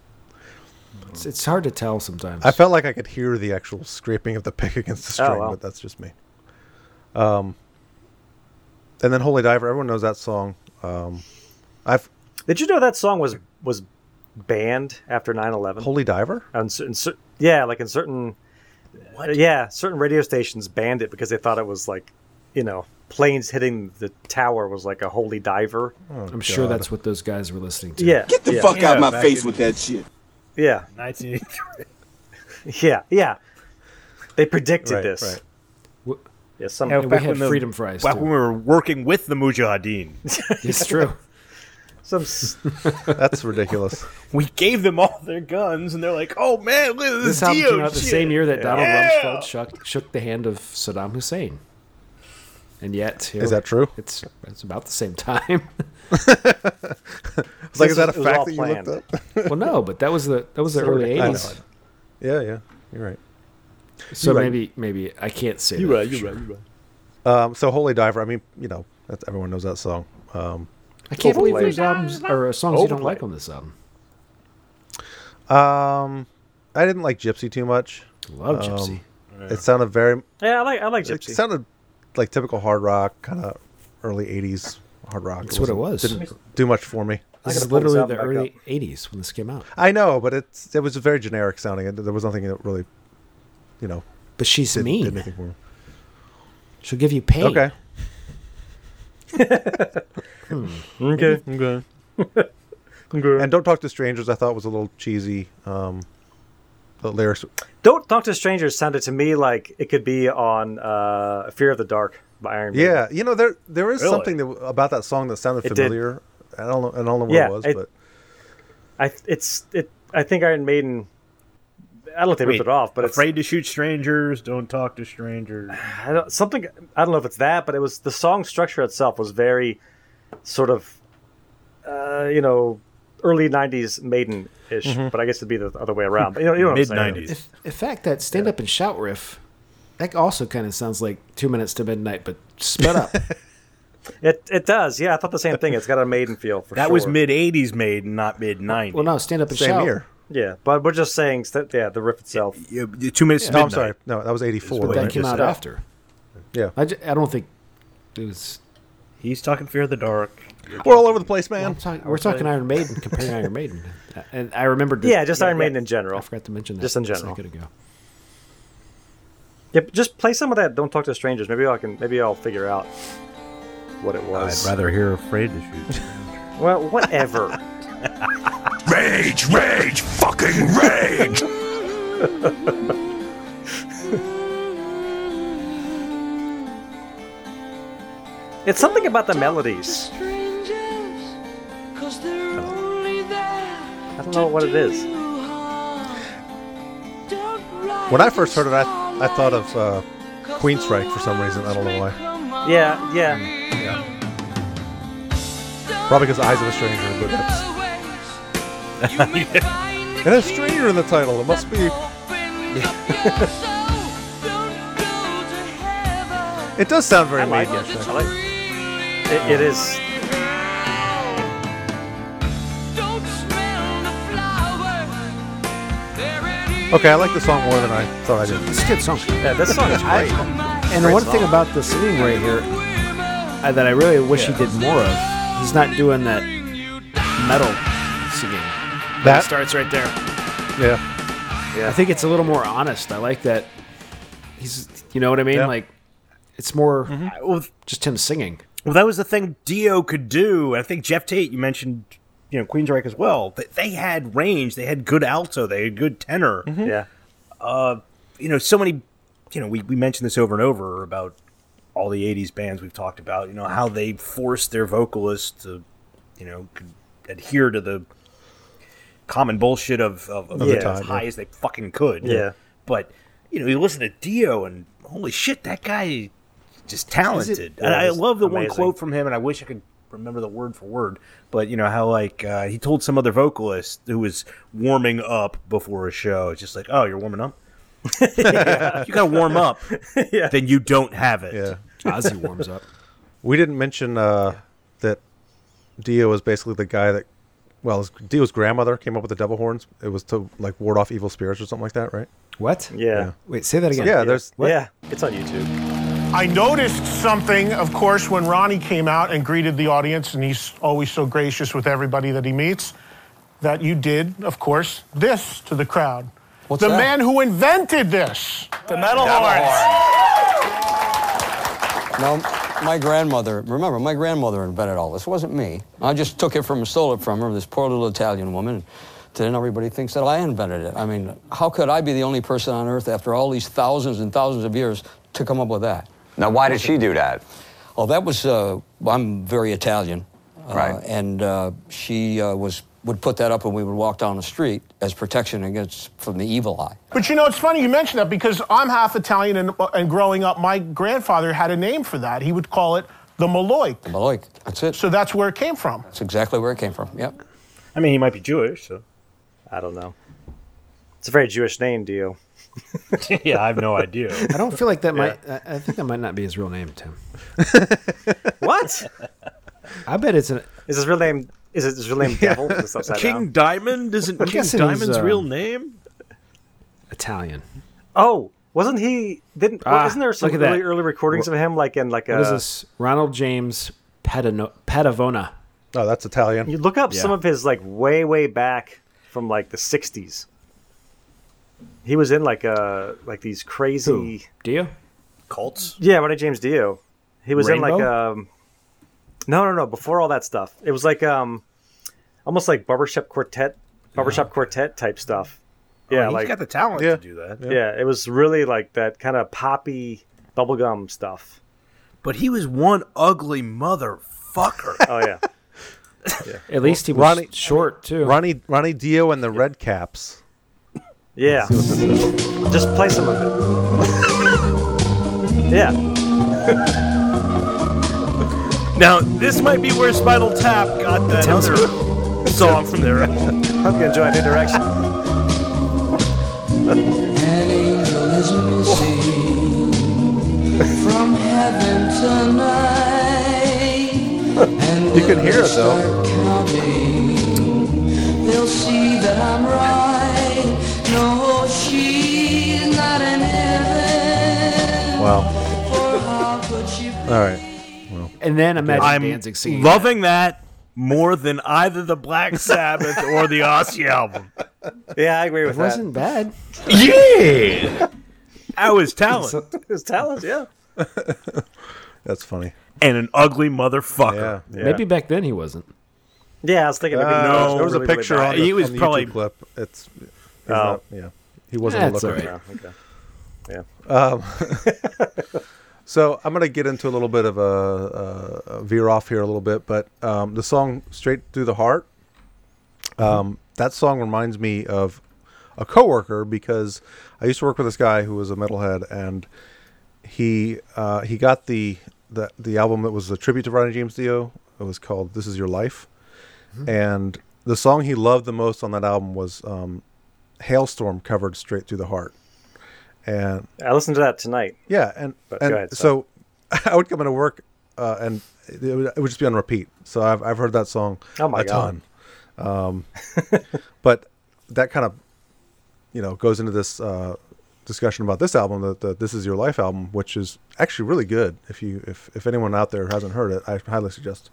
It's, it's hard to tell sometimes.
I felt like I could hear the actual scraping of the pick against the
Oh,
string,
wow.
but that's just me. Um, and then Holy Diver, everyone knows that song. Um, I've
Did you know that song was was banned after 9/11?
Holy Diver.
On certain, cer- yeah, like in certain, yeah, certain radio stations banned it because they thought it was like, you know, planes hitting the tower was like a holy diver.
Hmm.
I'm sure that's what those guys were listening to.
Yeah.
Get the
yeah,
fuck out
yeah,
of my
back
face
in-
with that shit.
Yeah,
1983.
yeah, yeah. They predicted
Right,
this.
right.
Yeah, some
And we had freedom fries.
Back
Too.
when we were working with the Mujahideen.
it's true.
some s-
That's ridiculous.
We gave them all their guns, and they're like, "Oh man, look at this."
This album
Dio
came out the
shit."
same year that Donald
Yeah.
Rumsfeld shook, shook the hand of Saddam Hussein. and yet here
Is that true?
It's it's about the same time.
like, is that a It was fact all that you planned. looked up?
well, no, but that was the that was the
Sort of.
early
I know
eighties.
it. Yeah, yeah, you're right.
So
You're right.
maybe maybe I can't say.
You're
that
right,
for
you're
sure.
right, you're Um, so Holy Diver, I mean, you know, that's, everyone knows that song. Um,
I can't believe
Overplayed.
there's albums or uh, songs you don't
Overplayed.
like on this album.
Um, I didn't like Gypsy too much.
Love
Um,
Gypsy.
It sounded very.
Yeah, I like I like
It
Gypsy.
sounded like typical hard rock, kind of early '80s hard rock.
That's what it was.
wasn't- Didn't do much for me.
This is literally the early '80s when this came out.
I know, but it's it was very generic sounding. It- There was nothing that really, you know.
But she's
did,
mean.
Did anything for me.
She'll give you pain.
Okay.
Okay.
Okay. And don't talk to strangers. I thought was a little cheesy. Um, the lyrics.
Don't Talk to Strangers sounded to me like it could be on uh, Fear of the Dark by Iron Maiden.
Yeah, you know there there is
Really?
something that, about that song that sounded
It did.
familiar. I don't know. I don't know what
yeah,
it was, but
I it's it. I think Iron Maiden. I don't know if they ripped
Wait,
it off, but it's,
afraid to shoot strangers. Don't talk to strangers.
I don't, something. I don't know if it's that, but it was the song structure itself was very, sort of, uh, you know, early '90s Maiden ish.
Mhm.
But I guess it'd be the other way around. But you know, you know what I'm saying.
In fact, that stand up and shout riff, that also kind of sounds like two minutes to midnight, but sped up.
It it does. Yeah, I thought the same thing. It's got a Maiden feel for
That
sure.
was mid
'80s Maiden, not mid '90s.
Well, no, stand up and Same shout. year.
Yeah, but we're just saying that. Yeah, the riff itself.
two minutes.
no, I'm sorry. No, that was
but
'84.
that came out after.
Yeah,
I, ju- I don't think it was.
He's talking Fear of the Dark.
We're all over the place, man.
I'm talking- we're talking Iron Maiden, comparing Iron Maiden, and I remembered.
Yeah, just Iron Maiden in general.
I forgot to mention that
Just in
a
general.
second ago.
Yep, just play some of that. Don't talk to strangers. Maybe I can. Maybe I'll figure out what it was.
I'd rather hear afraid to shoot.
Well, whatever.
Rage, rage, fucking rage!
it's something about the melodies. I don't know what it is.
When I first heard it, I I thought of uh, Queenstrike for some reason. I don't know why.
Yeah, yeah.
Probably because Eyes of a Stranger, but that's. it has stranger in the title. It must be. it does sound very
I like
Maiden.
it.
actually.
I like it. It is.
Okay, I like the song more than I thought I did.
It's a good song.
Yeah, this song is
I-
great.
and
Great
one thing
song.
about the singing right here uh, that I really wish he did more of, he's not doing that metal singing.
That-
it starts right there.
Yeah.
I think it's a little more honest. I like that. He's, you know what I mean?
Yeah. Mm-hmm.
Like, it's more
well,
just him singing.
Well, that was the thing Dio could do. I think Jeff Tate, you mentioned, you know, Queensryche as well. They, they had range. They had good alto. They had good tenor.
Yeah.
Uh, you know, so many. You know, we we mentioned this over and over about all the '80s bands we've talked about. You know how they forced their vocalists to, you know, could adhere to the common bullshit of of, of
Of the
you know,
time,
as
yeah.
high as they fucking could.
Yeah.
But you know, you listen to Dio, and holy shit, that guy just talented.
Yeah,
and I
he's
love the one
amazing.
quote from him, and I wish I could remember the word for word. But you know how like uh, he told some other vocalist who was warming up before a show, it's just like, "Oh, you're warming up. You gotta warm up.
yeah.
Then you don't have it."
Yeah.
Ozzy warms up.
We didn't mention uh, that Dio was basically the guy that, well, his, Dio's grandmother came up with the devil horns. It was to like ward off evil spirits or something like that, right?
What?
Yeah.
Wait, say that again.
Yeah, there's
Yeah, it's on YouTube.
I noticed something, of course, when Ronnie came out and greeted the audience, and he's always so gracious with everybody that he meets, that you did, of course, this to the crowd.
What's
the
that?
man who invented this. The
metal horns. No, my grandmother, remember, my grandmother invented all this. It wasn't me. I just took it from, stole it from her, this poor little Italian woman. Then everybody thinks that I invented it. I mean, how could I be the only person on earth after all these thousands and thousands of years to come up with that?
Now, why did she do that?
Oh, that was, uh, I'm very
Uh,
uh, Italian. Right. and uh, she uh, was, would put that up and we would walk down the street.
as protection against from the evil eye.
But you know, it's funny you mention that because I'm half Italian, and, and growing up, my grandfather had a name for that. He would call it the Maloik. The
Maloik, that's it.
So that's where it came from.
That's exactly where it came from. Yep.
I mean, he might be Jewish, so I don't know. It's a very Jewish name, Dio.
yeah, I have no idea.
I don't feel like that might. I, I think that might not be his real name, Tim.
what?
I bet it's an.
Is his real name? Is it his real name? Devil? 'Cause it's upside
King
down.
Diamond isn't
I'm
King
guessing he's,
Diamond's
uh,
real name.
Italian.
Oh, wasn't he? Didn't?
Ah,
isn't there some
look at that.
really early recordings of him, like in like
What is
uh,
this? Ronald James Padano- Padavona.
Oh, that's Italian.
You look up
Yeah.
some of his like way way back from like the '60s. He was in like uh like these crazy
Dio
cults.
Yeah, Ronnie James Dio. He was in like
Rainbow?
um no no no before all that stuff. It was like um almost like barbershop quartet barbershop quartet type stuff.
Oh,
Yeah,
he's
like
got the talent
Yeah.
to do that.
yeah. it was really like that kind of poppy bubblegum stuff.
But he was one ugly motherfucker.
oh yeah.
At least he was
Ronnie-
short too.
Ronnie Ronnie Dio and the Red Caps.
Yeah. Just play some of it. yeah.
Now this might be where Spinal Tap got that other song from there.
Hope you enjoyed Interaction.
An angel is missing from heaven tonight. And
You can hear it, though.
when they start Counting, they'll see that I'm right. No, she's not in heaven.
Wow.
For how could she
All right.
And then imagine
I'm
Danzig singing.
loving that more than either the Black Sabbath or the Ozzy album.
Yeah, I agree
It wasn't bad.
Yeah, that was talent
His talent, yeah.
That's funny.
and an ugly motherfucker.
Maybe back then he wasn't.
Yeah, I was thinking maybe
Uh,
no,
there was a
really, really
picture
bad.
on the,
He was
on the
probably-
YouTube clip. It's he's
Oh.
not- yeah. He wasn't
That's
looking.
all right.
Okay. Yeah.
Um, so I'm going to get into a little bit of a, a, a veer off here a little bit, but um, the song "Straight Through the Heart." Um, that song reminds me of a coworker because I used to work with this guy who was a metalhead, and he uh, he got the, the the album that was a tribute to Ronnie James Dio. It was called "This Is Your Life," and the song he loved the most on that album was um, "Hailstorm" covered "Straight Through the Heart," and
I listened to that tonight.
yeah, and,
But
and
go ahead,
so I would come into work uh, and it would, it would just be on repeat. So I've, I've heard that song
Oh my
a
God.
ton. Um, but that kind of, you know, goes into this uh, discussion about this album, the, the "This Is Your Life" album, which is actually really good. If you if, if anyone out there hasn't heard it, I highly suggest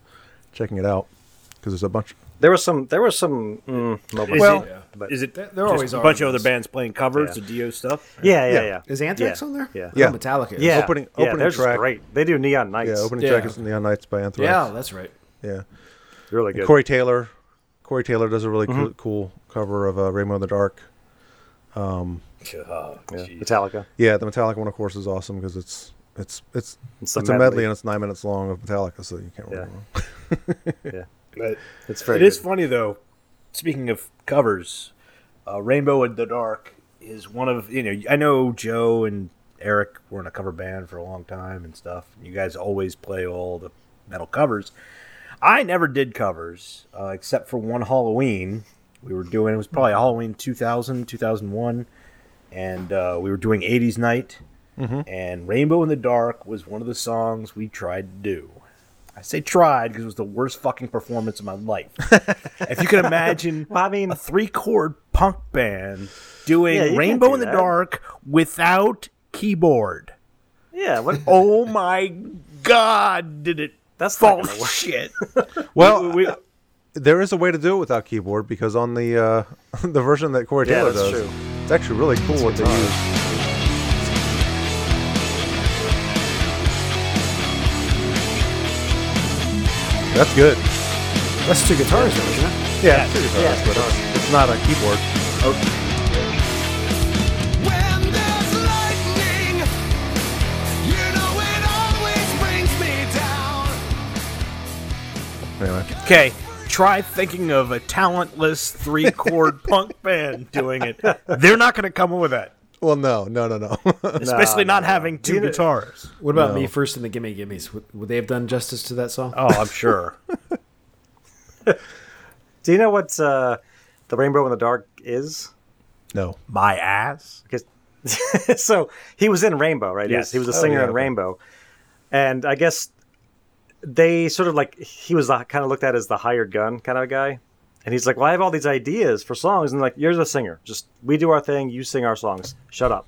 checking it out because there's a bunch.
There was some. There was some. Mm, moments.
Is
Well-
it,
but-
is it
there
just
always
a
are
bunch of
those.
other bands playing covers,
Yeah.
the Dio stuff?
yeah, yeah, yeah,
Yeah.
Is Anthrax
Yeah.
on there?
Yeah.
Oh, Metallica. is.
Yeah.
Opening-
yeah,
opening
they're just
track.
great. They do Neon Nights.
Yeah, opening
Yeah.
track is "Neon Nights" by Anthrax.
Yeah, that's right.
yeah.
really good.
Corey Taylor. Corey Taylor does a really
Mhm.
Mm-hmm.
cool, cool cover of uh, Rainbow in the Dark. Um,
Yeah, Metallica.
yeah, the Metallica one, of course, is awesome because it's it's it's
It's
it's,
a
a medley.
medley.
and it's nine minutes long of Metallica, so you can't really go wrong.
Yeah,
But
it's
It
very.
is
good.
funny though. Speaking of covers, uh, "Rainbow in the Dark" is one of you know. I know Joe and Eric were in a cover band for a long time and stuff. You guys always play all the metal covers. I never did covers uh, except for one Halloween. We were doing it was probably Halloween 2000, 2001, and uh, we were doing '80s night. And "Rainbow in the Dark" was one of the songs we tried to do. I say tried because it was the worst fucking performance of my life. if you can imagine,
I mean,
a three chord punk band doing
Yeah, you can't
Rainbow
do
in the
that.
Dark without keyboard.
Yeah. What?
Oh my god, did it?
That's not
fall
gonna work.
Oh, shit.
Well,
We-
uh, there is a way to do it without keyboard because on the uh, the version that Corey
Yeah,
Taylor
that's
does,
true.
it's actually really cool what they use. That's good.
That's two guitars, though, isn't it?
Yeah, it's, pretty hard, but it's- it's not a keyboard.
Okay, try thinking of a talentless three chord punk band doing it. They're not going to come up with that.
Well, no, no, no, no.
Especially not having two
Neither-
guitars.
What about
No.
me first and the gimme gimmes? Would, would they have done justice to that song?
Oh, I'm sure.
Do you know what uh, the rainbow in the dark is?
No.
My ass.
so he was in Rainbow, right?
Yes.
Yes. He was a
Oh,
singer
yeah,
in
okay.
Rainbow, and I guess they sort of like he was the, kind of looked at as the hired gun kind of guy, and he's like, "Well, I have all these ideas for songs," and they're like, "You're the singer. Just we do our thing. You sing our songs. Shut up."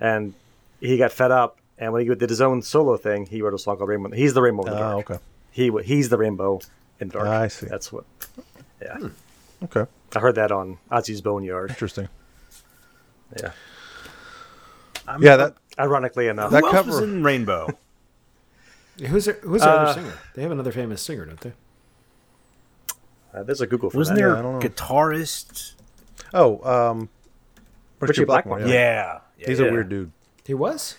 And he got fed up, and when he did his own solo thing, he wrote a song called Rainbow. He's the Rainbow in the
Ah,
Dark.
okay.
He wa- he's the Rainbow in the Dark.
I see.
That's what. Yeah.
Okay.
I heard that on Ozzy's Boneyard.
Interesting.
Yeah.
Yeah, that-
ironically enough,
that Who else was cover-
in Rainbow?
Who's their, who's their
Uh,
other singer? They have another famous singer, don't they?
Uh, there's a Google for
Wasn't
that.
there
I don't know.
guitarist?
Oh, um, Richie,
Richie
Blackmore.
Blackmore.
Yeah. Yeah,
He's
yeah.
a weird dude.
He was.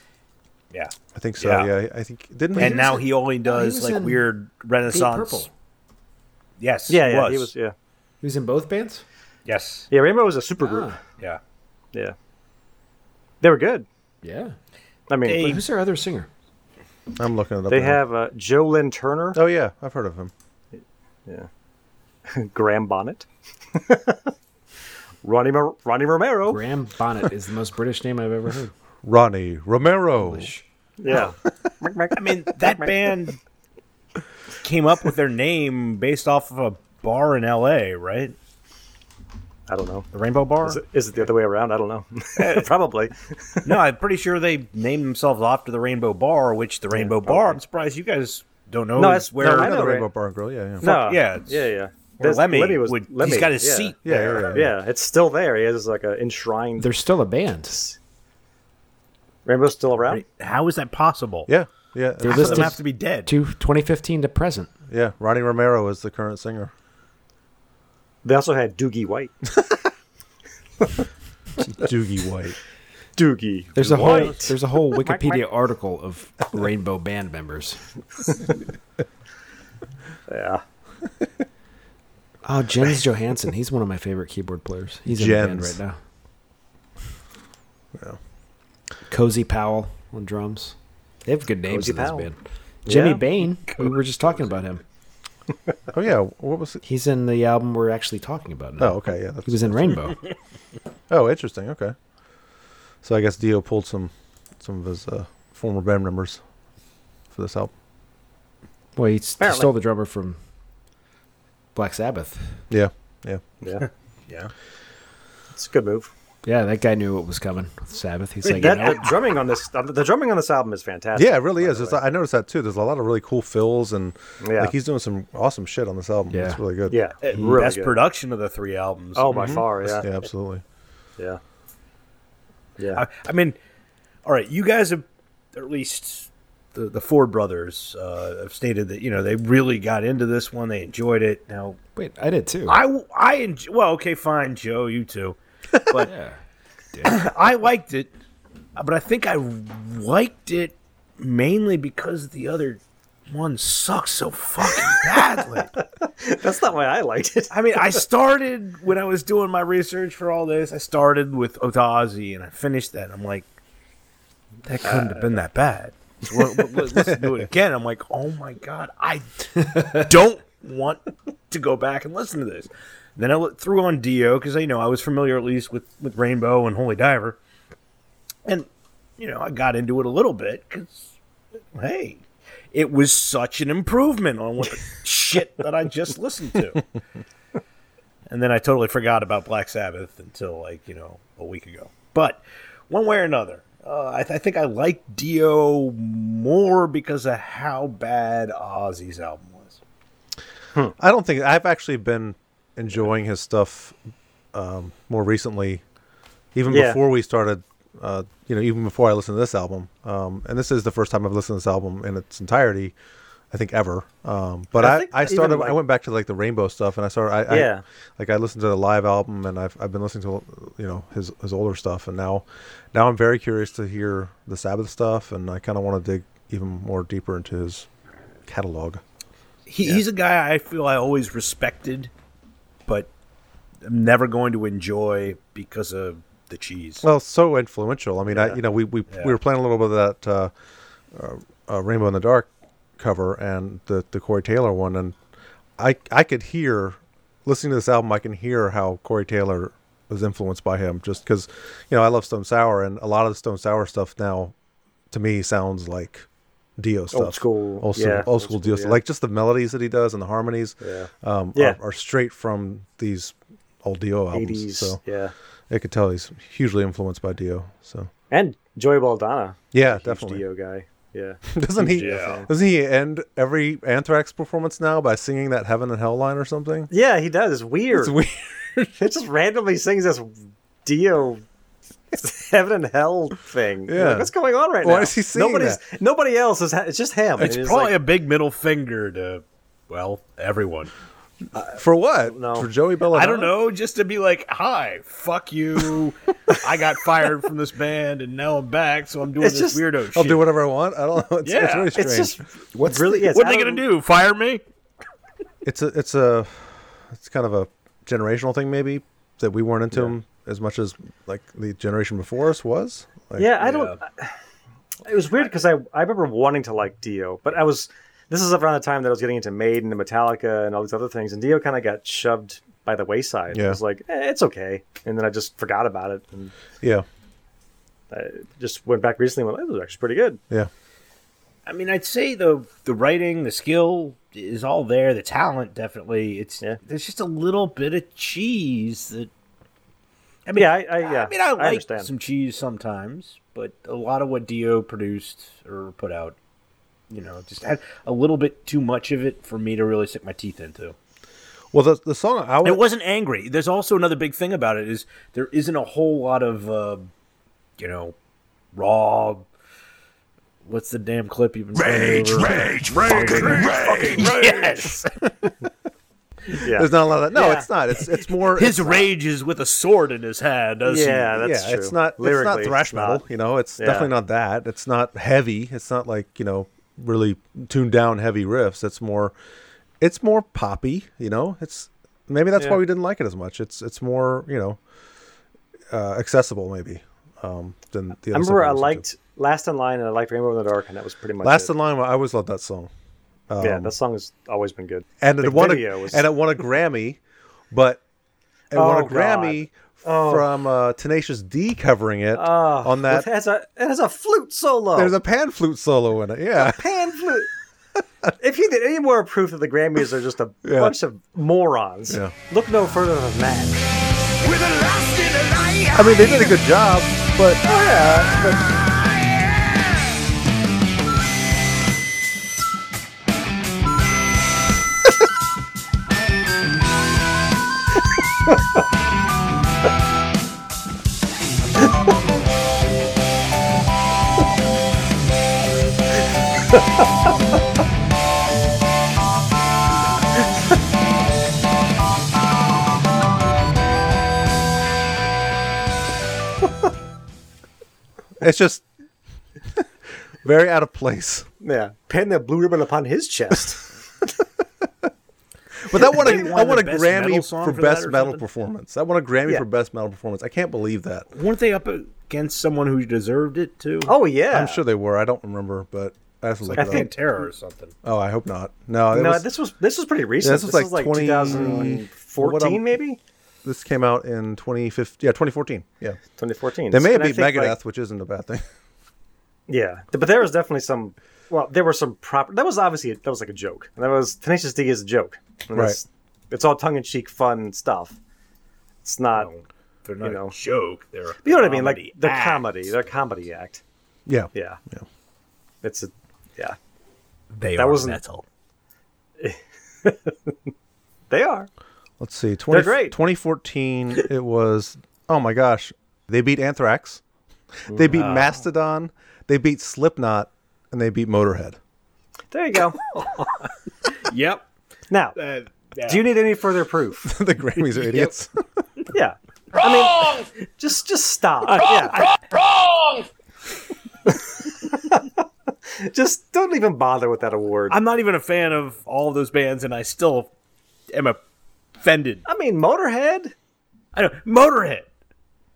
Yeah.
I think so.
Yeah.
Yeah, I think didn't.
and now he only
no, he
does
was
like
in
weird Renaissance.
Purple.
Yes.
Yeah, yeah, he was. Yeah,
He was in both bands.
Yes.
yeah. Rainbow was a super group.
Ah,
Yeah.
Yeah, they were good.
yeah.
I mean,
But who's their other singer?
I'm looking it up.
they
now.
have uh, Joe Lynn Turner,
Oh yeah, I've heard of him.
Graham Bonnet, Ronnie Mar- Ronnie Romero.
Graham Bonnet is the most British name I've ever heard.
Ronnie Romero.
Yeah,
I mean, that band came up with their name based off of a bar in L.A., right?
I don't know.
The Rainbow Bar?
Is it, is it the other way around? I don't know. Probably.
no, I'm pretty sure they named themselves after the Rainbow Bar, which the Rainbow Bar. I'm surprised you guys don't know.
No,
is
that's-
where
no,
I
I
know
know,
the
right?
Rainbow Bar and Grill. Yeah, yeah.
No.
yeah, it's-
Yeah. Yeah.
Where
That's-
Lemmy would- he's got his
yeah.
seat
Yeah,
there.
yeah, yeah.
Yeah, it's still there. He has like a enshrined.
They're still a band.
Rainbow's still around.
How is that possible?
Yeah,
They're
yeah.
Half of them
listed
have to be dead.
to 2015 to present.
Yeah, Ronnie Romero is the current singer.
They also had Doogie White.
Doogie White.
Doogie.
There's a whole
White.
there's a whole Wikipedia article of Rainbow band members.
Yeah.
Oh, Jens Johansson. He's one of my favorite keyboard players. He's in the band
Jens.
right now. Cozy Powell on drums. They have good names
Cozy
in this
Powell.
band. Jimmy
Yeah.
Bain. We were just talking about him.
Oh yeah, what was it?
He's in the album we're actually talking about now.
Oh okay, yeah.
He
That's,
was in Rainbow.
oh, interesting. Okay. So I guess Dio pulled some some of his uh, former band members for this album.
Well, he s-
Apparently.
stole the drummer from Black Sabbath.
Yeah, yeah.
Yeah.
Yeah.
It's a good move.
Yeah, that guy knew what was coming with Sabbath. He's like, "Oh,
that,
you know,
the drumming on this the drumming on this album is fantastic.
Yeah, it really
by
is.
the
It's,
way.
I noticed that too. There's a lot of really cool fills and
Yeah.
like he's doing some awesome shit on this album.
Yeah.
It's really good.
yeah,
Mm, Best
Eh, really good.
production of the three albums. Mm-hmm.
Oh, by far, yeah,
Yeah, absolutely.
yeah, yeah.
I, I mean, all right, you guys have at least the the Ford brothers uh, have stated that you know they really got into this one. They enjoyed it. Now
wait, I did too.
I I enjoy, well okay fine Joe you too, but
yeah.
I liked it, but I think I liked it mainly because the other one sucks so fucking badly.
That's not why I liked it.
I mean, I started when I was doing my research for all this. I started with Otazi and I finished that. I'm like, that couldn't have been that bad. Well, let- let- Let's do it again. I'm like, oh my god, I don't want to go back and listen to this. Then I look- threw on Dio because I you know I was familiar at least with with Rainbow and Holy Diver, and you know I got into it a little bit because hey, it was such an improvement on what the shit that I just listened to. And then I totally forgot about Black Sabbath until like you know a week ago. But one way or another, uh, I, th- I think I liked Dio more because of how bad Ozzy's album was.
I don't think I've actually been enjoying his stuff um, more recently, even
Yeah.
before we started. Uh, you know, even before I listened to this album, um, and this is the first time I've listened to this album in its entirety, I think ever. Um, but
I
I,
think
I
even,
started. I
like-
went back to like the Rainbow stuff, and I started. I,
Yeah.
I, like I listened to the live album, and I've I've been listening to you know his his older stuff, and now now I'm very curious to hear the Sabbath stuff, and I kind of want to dig even more deeper into his catalog.
He, He's a guy I feel I always respected, but I'm never going to enjoy because of the cheese.
Well, so influential. I mean, I
Yeah.
you know we we,
Yeah.
we were playing a little bit of that uh, uh, uh, Rainbow in the Dark cover and the the Corey Taylor one, and I I could hear listening to this album, I can hear how Corey Taylor was influenced by him, just because you know I love Stone Sour, and a lot of the Stone Sour stuff now to me sounds like Dio stuff,
school,
old,
yeah,
old school Dio
yeah.
stuff, like just the melodies that he does and the harmonies,
Yeah.
um,
Yeah.
Are, are straight from these old Dio albums.
80s,
so
yeah.
I could tell he's hugely influenced by Dio. So
And Joey Baldana.
Yeah,
He's a
definitely.
Huge Dio guy. Yeah.
doesn't
Huge
he?
Dio fan.
Doesn't he end every Anthrax performance now by singing that Heaven and Hell line or something?
Yeah, he does. It's weird.
It's weird.
it just randomly sings this Dio heaven and hell thing. You're like,
Yeah.
what's going on right now?
Why is he singing
Nobody's nobody else is. Ha- it's just him.
It's
And he's
probably
like-
a big middle finger to, well, everyone.
For what? For Joey Belladonna?
I don't know, just to be like, "Hi, fuck you! I got fired from this band, and now I'm back, so I'm doing
It's
this
just-
weirdo shit."
I'll do whatever I want. I don't know. It's,
yeah,
it's really strange.
what's really?
what are they gonna do? Fire me?
It's a it's a it's kind of a generational thing maybe that we weren't into him as much as like the generation before us was. Like,
yeah, I don't. It was weird because I I remember wanting to like Dio, but I was. This is around the time that I was getting into Maiden and Metallica and all these other things, and Dio kind of got shoved by the wayside. I
Yeah.
was like, eh, it's okay, and then I just forgot about it, and
Yeah,
I just went back recently. and Went, it was actually pretty good.
yeah.
I mean, I'd say the the writing, the skill is all there. The talent, definitely. It's there's just a little bit of cheese that. I mean,
Yeah, I- I- yeah,
I mean, I,
I
like
understand.
some cheese sometimes, but a lot of what Dio produced or put out, you know, just had a little bit too much of it for me to really sink my teeth into.
Well, the the song I would,
it wasn't angry. There's also another big thing about it is there isn't a whole lot of, uh, you know, raw. What's the damn clip you've been
Rage,
over?
rage, fucking rage.
Yes.
Yeah.
There's not a lot of that. No, it's not. It's it's more
his
it's not-
rage is with a sword in his hand. Does
Yeah,
he?
that's
yeah, it's
true.
not it's not
Lyrically,
thrash
it's
metal.
not.
You know, it's
Yeah.
definitely not that. It's not heavy. It's not like you know really tuned down heavy riffs. It's more it's more poppy. You know, it's maybe that's why
Yeah.
we didn't like it as much. It's it's more you know uh, accessible maybe um, than the. Other
I
stuff
remember
we
I
listened
liked Last in Line and I liked Rainbow in the Dark, and that was pretty
to.
much
Last
it.
in Line. I always loved that song. Um,
yeah, that song has always been good.
and
the
it won a,
video was
and it won a Grammy, but it won
Oh,
a Grammy
God. Oh. Ah,
from uh, Tenacious D covering it on that.
It has a it has a flute solo.
There's a pan flute solo in it. Yeah.
pan flute. if you need any more proof that the Grammys are just a
Yeah.
bunch of morons,
Yeah.
look no further than that.
I mean, they did a good job, but
yeah,
it's just very out of place.
Yeah, pin the blue ribbon upon his chest.
But that won a,
They won
that won
the
a
best
Grammy
metal song
for
for that
best
or
metal
something?
performance. That won a Grammy
Yeah.
for best metal performance. I can't believe that.
Weren't they up against someone who deserved it too?
oh yeah,
I'm sure they were. I don't remember, but I have to look
I
it
think
up.
terror or something.
Oh, I hope not. No, it
no,
was,
this was this was pretty recent.
Yeah,
this was like,
20 what
2014
I'm-
maybe.
this came out in 2015. Yeah, 2014. Yeah.
2014.
They may have
And I
beat
think,
Megadeth,
like,
which isn't a bad thing.
Yeah, th- but there was definitely some. Well, there were some proper. That was obviously that was like a joke. And that was Tenacious D is a joke. And
Right.
It's, it's all tongue in cheek, fun stuff. It's not.
They're
not
not
a
a joke. They're
you know what I mean? Like they're comedy. They're a comedy act.
Yeah.
Yeah.
Yeah.
It's a. Yeah.
They
That
are
wasn't-
metal.
They are.
Let's see. 20,
great.
2014, it was, oh my gosh, they beat Anthrax. They beat Mastodon. They beat Slipknot. And they beat Motorhead.
There you go.
Yep.
now,
Uh, yeah.
do you need any further proof?
the Grammys are idiots.
yeah. I mean, Uh, just just stop. yeah.
Wrong!
just don't even bother with that award.
I'm not even a fan of all of those bands, and I still am offended.
I mean, Motorhead.
I know Motorhead.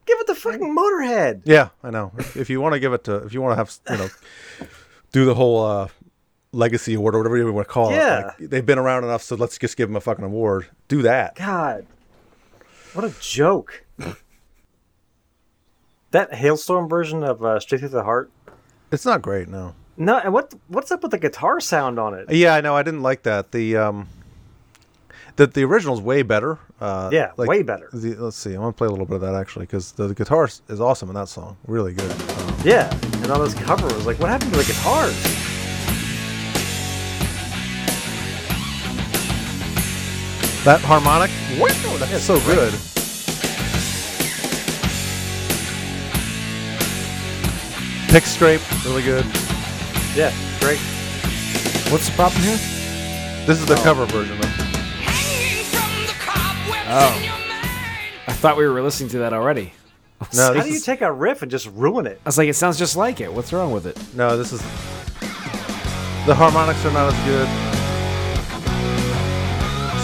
Give it the fucking Motorhead.
Yeah, I know. if you want to give it to, if you want to have, you know, do the whole uh, legacy award or whatever you want to call
Yeah.
it. Like, they've been around enough, so let's just give them a fucking award. Do that.
God, what a joke! that hailstorm version of uh, "Straight Through the Heart."
It's not great, no.
No, and what what's up with the guitar sound on it?
Yeah, I know. I didn't like that. The um, the the original's way better. Uh,
Yeah, way better.
The, let's see. I'm gonna play a little bit of that actually because the, the guitar s- is awesome in that song. Really good. Um,
Yeah, and on this cover, it was like, what happened to the guitars?
that harmonic, wow, that's so good. Pick scrape, really good.
Yeah, great.
What's the problem here?
This is the cover version though.
Oh. I thought we were listening to that already.
No,
How
this
do you
is,
take a riff and just ruin it?
I was like, it sounds just like it. What's wrong with it?
no, this is the harmonics are not as good.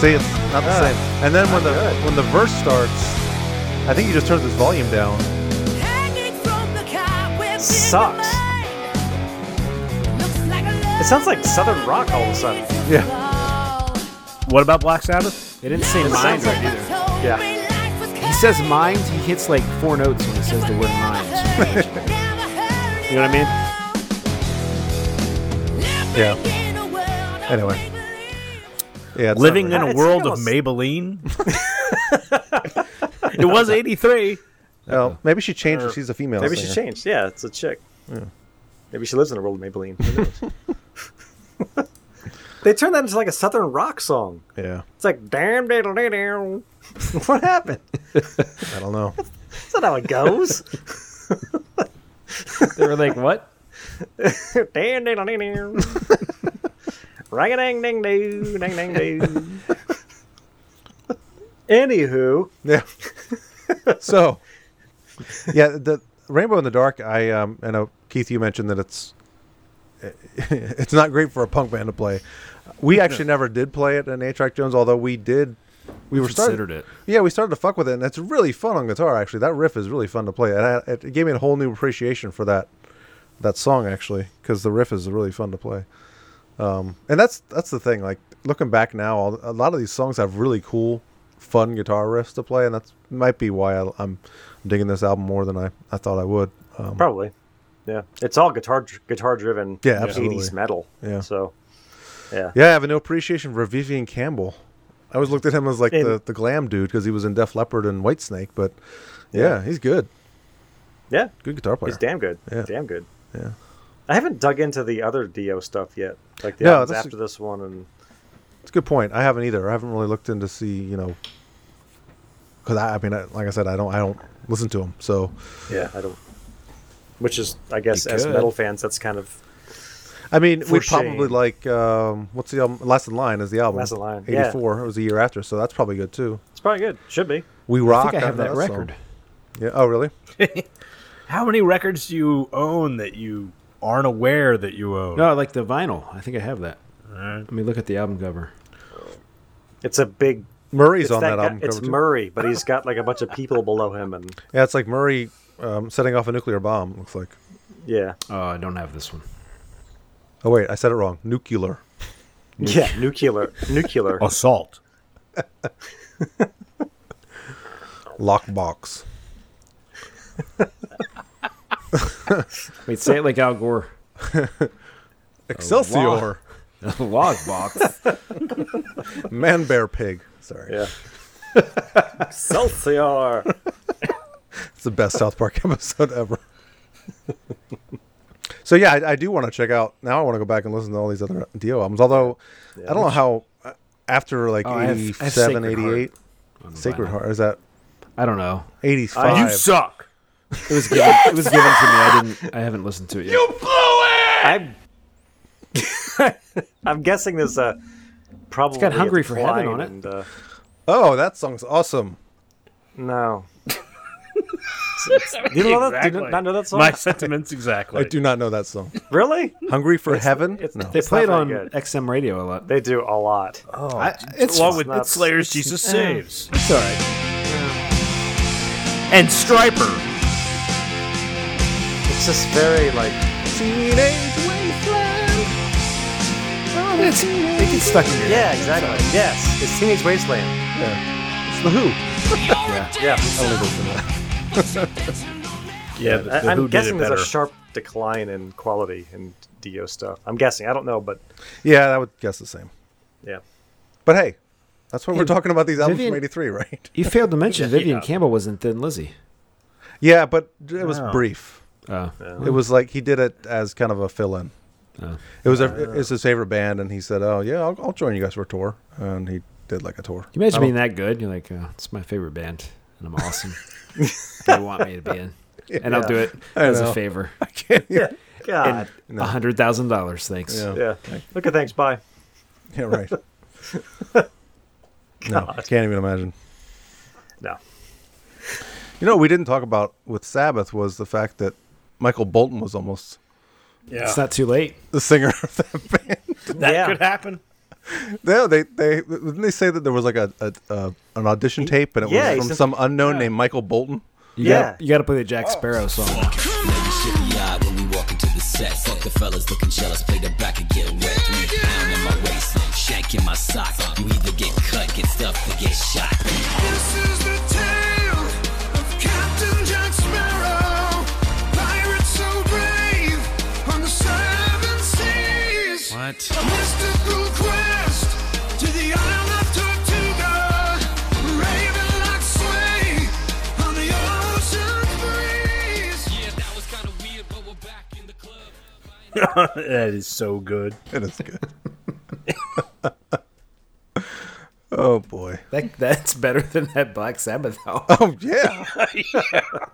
See, it's not the
Ah,
same. And then when
not
the
good.
when the verse starts, I think you just turn this volume down.
Sucks. It sounds like Southern rock all of a sudden.
Yeah.
What about Black Sabbath?
They didn't say
It
mind
sounds
right
like-
either.
Yeah.
He says mind, he hits like four notes when he says the word mind.
You know what I mean?
Yeah. Anyway. Yeah. it's
Living
not
in a
really-
it's
world of
almost-
Maybelline. it was '83.
Well, Oh, maybe she changed. if She's a female.
Maybe
singer.
she changed. Yeah, it's a chick.
Hmm.
Maybe she lives in a world of Maybelline. Who knows? they turned that into like a Southern rock song.
Yeah.
It's like damn diddle diddle. What happened?
I don't know.
That's not how it goes.
they were like, what?
damn diddle diddle. Rang a dang ding doo dang dang doo. Anywho,
Yeah. so, yeah, the Rainbow in the Dark. I um, I know Keith, you mentioned that it's it's not great for a punk band to play. We actually never did play it in A Track Jones, although we did. We were started,
Considered it.
Yeah, we started to fuck with it, and it's really fun on guitar. Actually, that riff is really fun to play, and I, it gave me a whole new appreciation for that that song actually, because the riff is really fun to play. Um, and that's that's the thing. Like looking back now, all, a lot of these songs have really cool, fun guitar riffs to play, and that's might be why I, I'm digging this album more than I, I thought I would. Um,
probably. Yeah, it's all guitar guitar driven.
Yeah, absolutely.
Eighties metal.
Yeah.
So, yeah.
Yeah, I have a new appreciation for Vivian Campbell. I always looked at him as like
And-
the, the glam dude because he was in Def Leppard and Whitesnake, but yeah,
Yeah.
he's good.
Yeah,
Good guitar player.
he's damn good.
Yeah.
Damn good.
Yeah.
I haven't dug into the other Dio stuff yet. Like the
No,
albums
that's-
after this one, and
It's a good point. I haven't either. I haven't really looked in to see, you know, because I, I mean, I, like I said, I don't, I don't listen to him. So
yeah, I don't. Which is, I guess,
You
as
could.
metal fans, that's kind of
I mean,
For
we
shame.
probably like um, what's the album? Last in Line is the album.
Last in Line, yeah.
eighty four. It was a year after, so that's probably good too.
it's probably good. Should be.
We
I
rock.
think I have
know
that
song.
record.
Yeah. Oh, really?
How many records do you own that you aren't aware that you own?
No, I like the vinyl. I think I have that. Let me look at the album cover.
It's a big.
Murray's
It's
on that,
that guy-
album cover
it's
too.
Murray, but he's got like a bunch of people below him, and
yeah, it's like Murray um, setting off a nuclear bomb. Looks like.
yeah,
Oh, I don't have this one.
Oh wait, I said it wrong. Nuclear.
yeah, nuclear, nuclear.
Assault.
Lockbox.
Wait, say it like Al Gore.
Excelsior.
Log box.
Man bear pig. Sorry.
Yeah. Excelsior.
It's the best South Park episode ever. so yeah, I, I do want to check out. Now I want to go back and listen to all these other Dio albums. Although I don't know how uh, after like
Oh, I have- I have
87,
Sacred
88,
on the
Sacred Ah,
vinyl.
Heart. Is that
I don't know.
eighty
You
five?
suck.
It was given. it was given to me. I didn't. I haven't listened to it yet.
I'm. I'm guessing there's a probably
got
a
Hungry for Heaven
decline
on it.
and, uh,
Oh, that song's awesome.
no, You don't know that- do you not know that song?
My sentiments exactly.
I do not know that song.
Really?
Hungry for Heaven? no.
They play it on
good.
XM radio a lot.
They do a lot.
Oh,
along with Ned Slayer's Jesus
yeah,
Saves.
It's all right.
and Striper.
It's just very like
It's, they get stuck in your
yeah,
head.
exactly. Yes, it's Teenage Wasteland.
Yeah. It's the Who.
Yeah, yeah.
I'll leave it for that.
Yeah, the- the
I, am
Who did
guessing
it
there's
better.
a sharp decline in quality in Dio stuff. I'm guessing. I don't know, but
yeah, I would guess the same.
yeah.
But hey, that's what we're talking about these albums
Vivian-
from 83, right?
You failed to mention
Yeah.
Vivian Campbell was in Thin Lizzy.
Yeah, but it was
Oh.
brief.
Oh.
It was like he did it as kind of a fill in. It was a, it's his favorite band, and he said, "Oh yeah, I'll, I'll join you guys for a tour," and he did like a tour.
Can you imagine
I
being
don't-
that good? You're like, oh, it's my favorite band, and I'm awesome. they want me to be in, and I'll do it
I
as
know.
a favor.
I can't.
Yeah. God.
And a hundred thousand dollars, thanks.
Yeah.
Yeah. Okay. Thanks. Bye.
Yeah, right. No, I can't even imagine.
No.
You know, what we didn't talk about with Sabbath was the fact that Michael Bolton was almost
Yeah.
It's not too late.
the singer of that band.
That could happen.
No, they they didn't they say that there was like a, a, a an audition tape and it
Yeah, he
was from
said-
some unknown named Michael Bolton.
You gotta, you gotta play the
Oh.
Jack Sparrow song.
Never shifty eye when we walk into the set. Fuck the fellas looking jealous, play the back and get wet. Three pound in my waist, shank in my sock. You either get cut, get stuffed, or get shot.
This is the tale of Captain Jack Sparrow, pirate so brave on the seven seas.
What?
A mystical quest to the island of Tortuga, raven like sway on the ocean breeze. Yeah, that was kind of weird, but we're back in the club.
that is so good.
It is good. oh boy.
That that's better than that Black Sabbath album.
Oh yeah.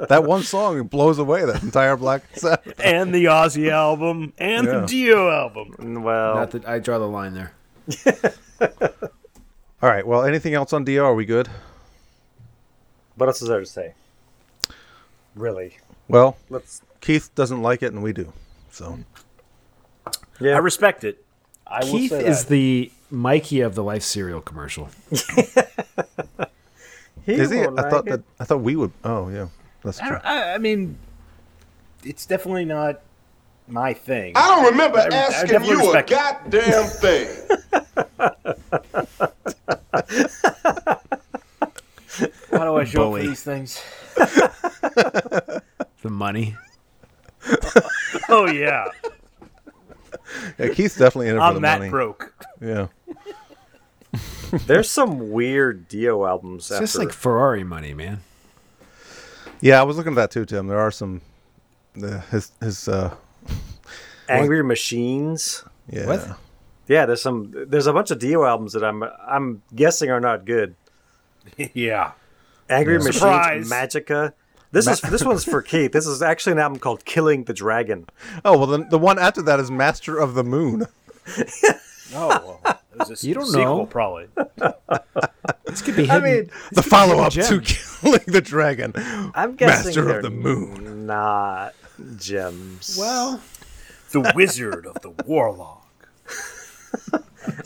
That one song blows away that entire Black Sabbath.
And the Ozzy album and
Yeah.
the Dio album.
Mm, Well,
Not that I draw the line there.
All right. Well, anything else on Dio? Are we good?
What else is there to say? Really?
Well,
Let's-
Keith doesn't like it, and we do. So
I respect it. I
Keith
will say
is
that.
the Mikey of the Life cereal commercial.
is he? I thought that I thought we would. Oh yeah, that's
I,
true.
don't- I, I mean, it's definitely not my thing.
I don't remember
I- I
asking
definitely
you a
respect it.
goddamn thing.
Why do I show up
Bully.
for these things?
The money.
oh yeah,
Yeah, Keith's definitely in it for
I'm
the
that
money.
broke.
Yeah.
There's some weird Dio albums.
It's
after.
just like Ferrari money, man.
Yeah, I was looking at that too, Tim. There are some the his his uh
Angry Machines.
yeah.
What? Yeah, there's some. There's a bunch of Dio albums that I'm I'm guessing are not good.
yeah.
Angry
Yeah.
Machines,
Surprise.
Magica. This is this one's for Keith. This is actually an album called Killing the Dragon.
Oh well, then the one after that is Master of the Moon.
No, Oh, well, it was a s-
You don't
sequel,
know.
probably.
This could be hidden.
the follow up
gem.
to Killing the Dragon.
I'm guessing
Master
they're
of the Moon.
not gems.
well,
the Wizard of the Warlock.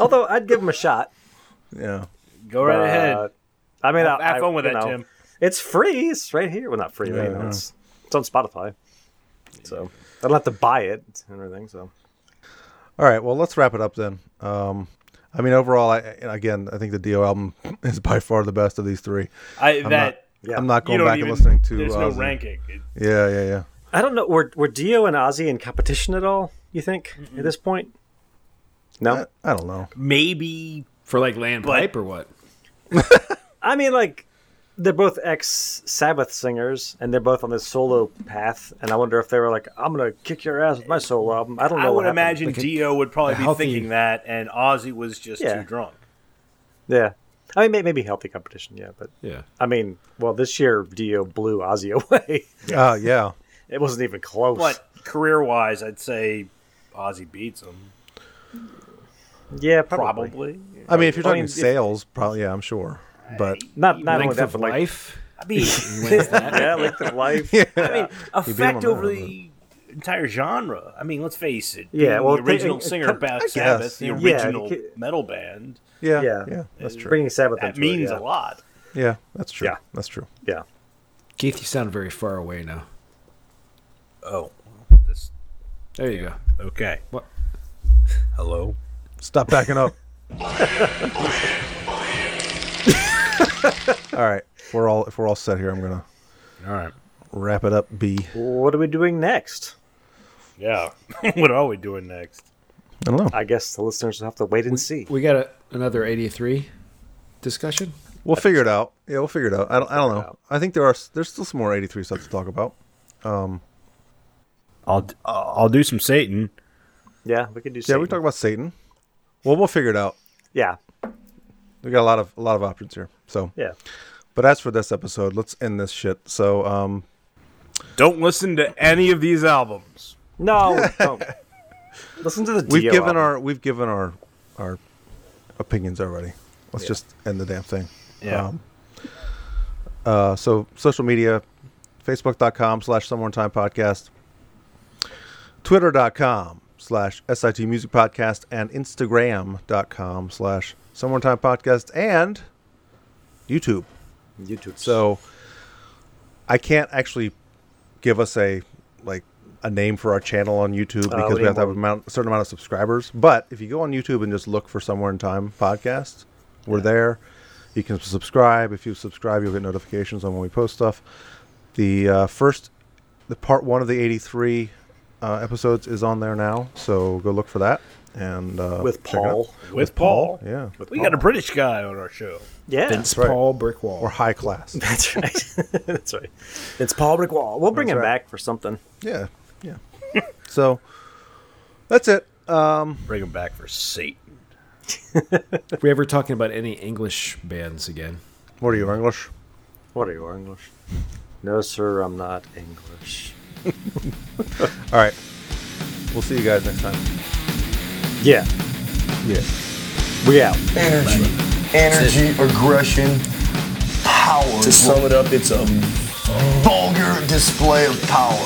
Although I'd give them a shot.
Yeah.
Go right
but-
ahead.
I mean,
Have-
I,
have
I-
fun with
you
that,
know,
Tim.
It's free. It's right here. Well, not free.
Yeah,
you
I
know,
know.
it's, it's on Spotify, so I don't have to buy it and everything. So
All right, well, let's wrap it up then. Um, I mean, overall, I and again, I think the Dio album is by far the best of these three.
I
I'm
that
not, I'm not
you
going
don't
back
even-
and listening to.
There's no
uh,
Ozzy.
ranking. It-
Yeah, yeah, yeah.
I don't know. Were were Dio and Ozzy in competition at all? You think at this point? No.
I don't know.
Maybe
for like land pipe or what?
I mean, like, they're both ex Sabbath singers, and they're both on this solo path. And I wonder if they were like, "I'm gonna kick your ass with my solo album." I don't know.
I
what
would
happened.
imagine
Like,
Dio would probably
a
be
healthy-
thinking that, and Ozzy was just
Yeah.
too drunk.
Yeah, I mean, may- maybe healthy competition. Yeah, but
Yeah.
I mean, well, this year Dio blew Ozzy away.
Oh, yeah.
it wasn't even close.
But career wise, I'd say Ozzy beats him.
Yeah, probably.
Probably.
I mean, if you're
I
talking
mean, if-
sales, probably yeah, I'm sure. But
Not not only
Length
that,
of
but like
life.
I mean,
yeah, length of life. Yeah.
I mean,
He beat him on
effect
that
over
one,
the entire genre. I mean, let's face it.
Yeah,
being
well,
the original
it- it-
singer
I
of Bad
guess,
Sabbath, the
yeah.
original
Yeah, you
metal band.
Yeah, Yeah. yeah, that's
uh,
true.
Bringing Sabbath
that
into it,
means
yeah.
a lot.
Yeah, that's true.
Yeah.
That's true.
Yeah.
Keith, you sound very far away now.
Oh, this.
There you
go. Okay.
What?
Hello.
Stop backing up. all right. If we're all if we're all set here, I'm gonna
all right.
wrap it up B.
What are we doing next?
Yeah. what are we doing next?
I don't know.
I guess the listeners will have to wait and see.
We got a, another 83 discussion.
We'll figure it out. Yeah, we'll figure it out. I don't I don't know. I think there are s- there's still some more 83 stuff to talk about. Um
I'll uh, I'll do some Satan.
Yeah, we can do.
Yeah, we talk about Satan. Well, we'll figure it out.
Yeah.
We got a lot of a lot of options here. So
Yeah.
But as for this episode, let's end this shit. So um
Don't listen to any of these albums.
No, don't. Listen to the.
we've
Dio
given
album.
our we've given our our opinions already. Let's
Yeah.
just end the damn thing.
Yeah.
Um, uh, so social media, facebook.com slash somewhere in time podcast, twitter.com slash SIT music podcast, and instagram.com slash somewhere in time podcast and YouTube.
YouTube.
So I can't actually give us a like a name for our channel on YouTube
Uh,
because
we
we have to have
need
a amount, certain amount of subscribers. But if you go on YouTube and just look for Somewhere in Time podcast, we're there. You can subscribe. If you subscribe, you'll get notifications on when we post stuff. The uh, first, the part one of the eighty-three uh, episodes is on there now, so go look for that. And uh,
With
check it out.
Paul.
With, Paul.
yeah.
we got a British guy on our show.
Yeah.
Vince
That's right.
Paul Brick Wall.
We're high class.
That's right. That's right. It's Paul Brickwall. We'll bring
That's
him
right.
back for something.
Yeah, yeah. so that's it. Um,
Bring him back for Satan.
If we ever talking about any English bands again,
what are you English?
What are you English? No, sir, I'm not English.
All right, we'll see you guys next time.
Yeah,
Yeah.
we out.
Energy, energy, aggression, power. To sum it up, it's a vulgar display of power.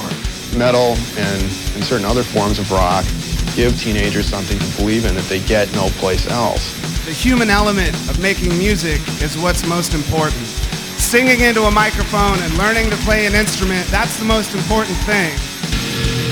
metal and in certain other forms of rock give teenagers something to believe in that they get no place else.
The human element of making music is what's most important. Singing into a microphone and learning to play an instrument, that's the most important thing.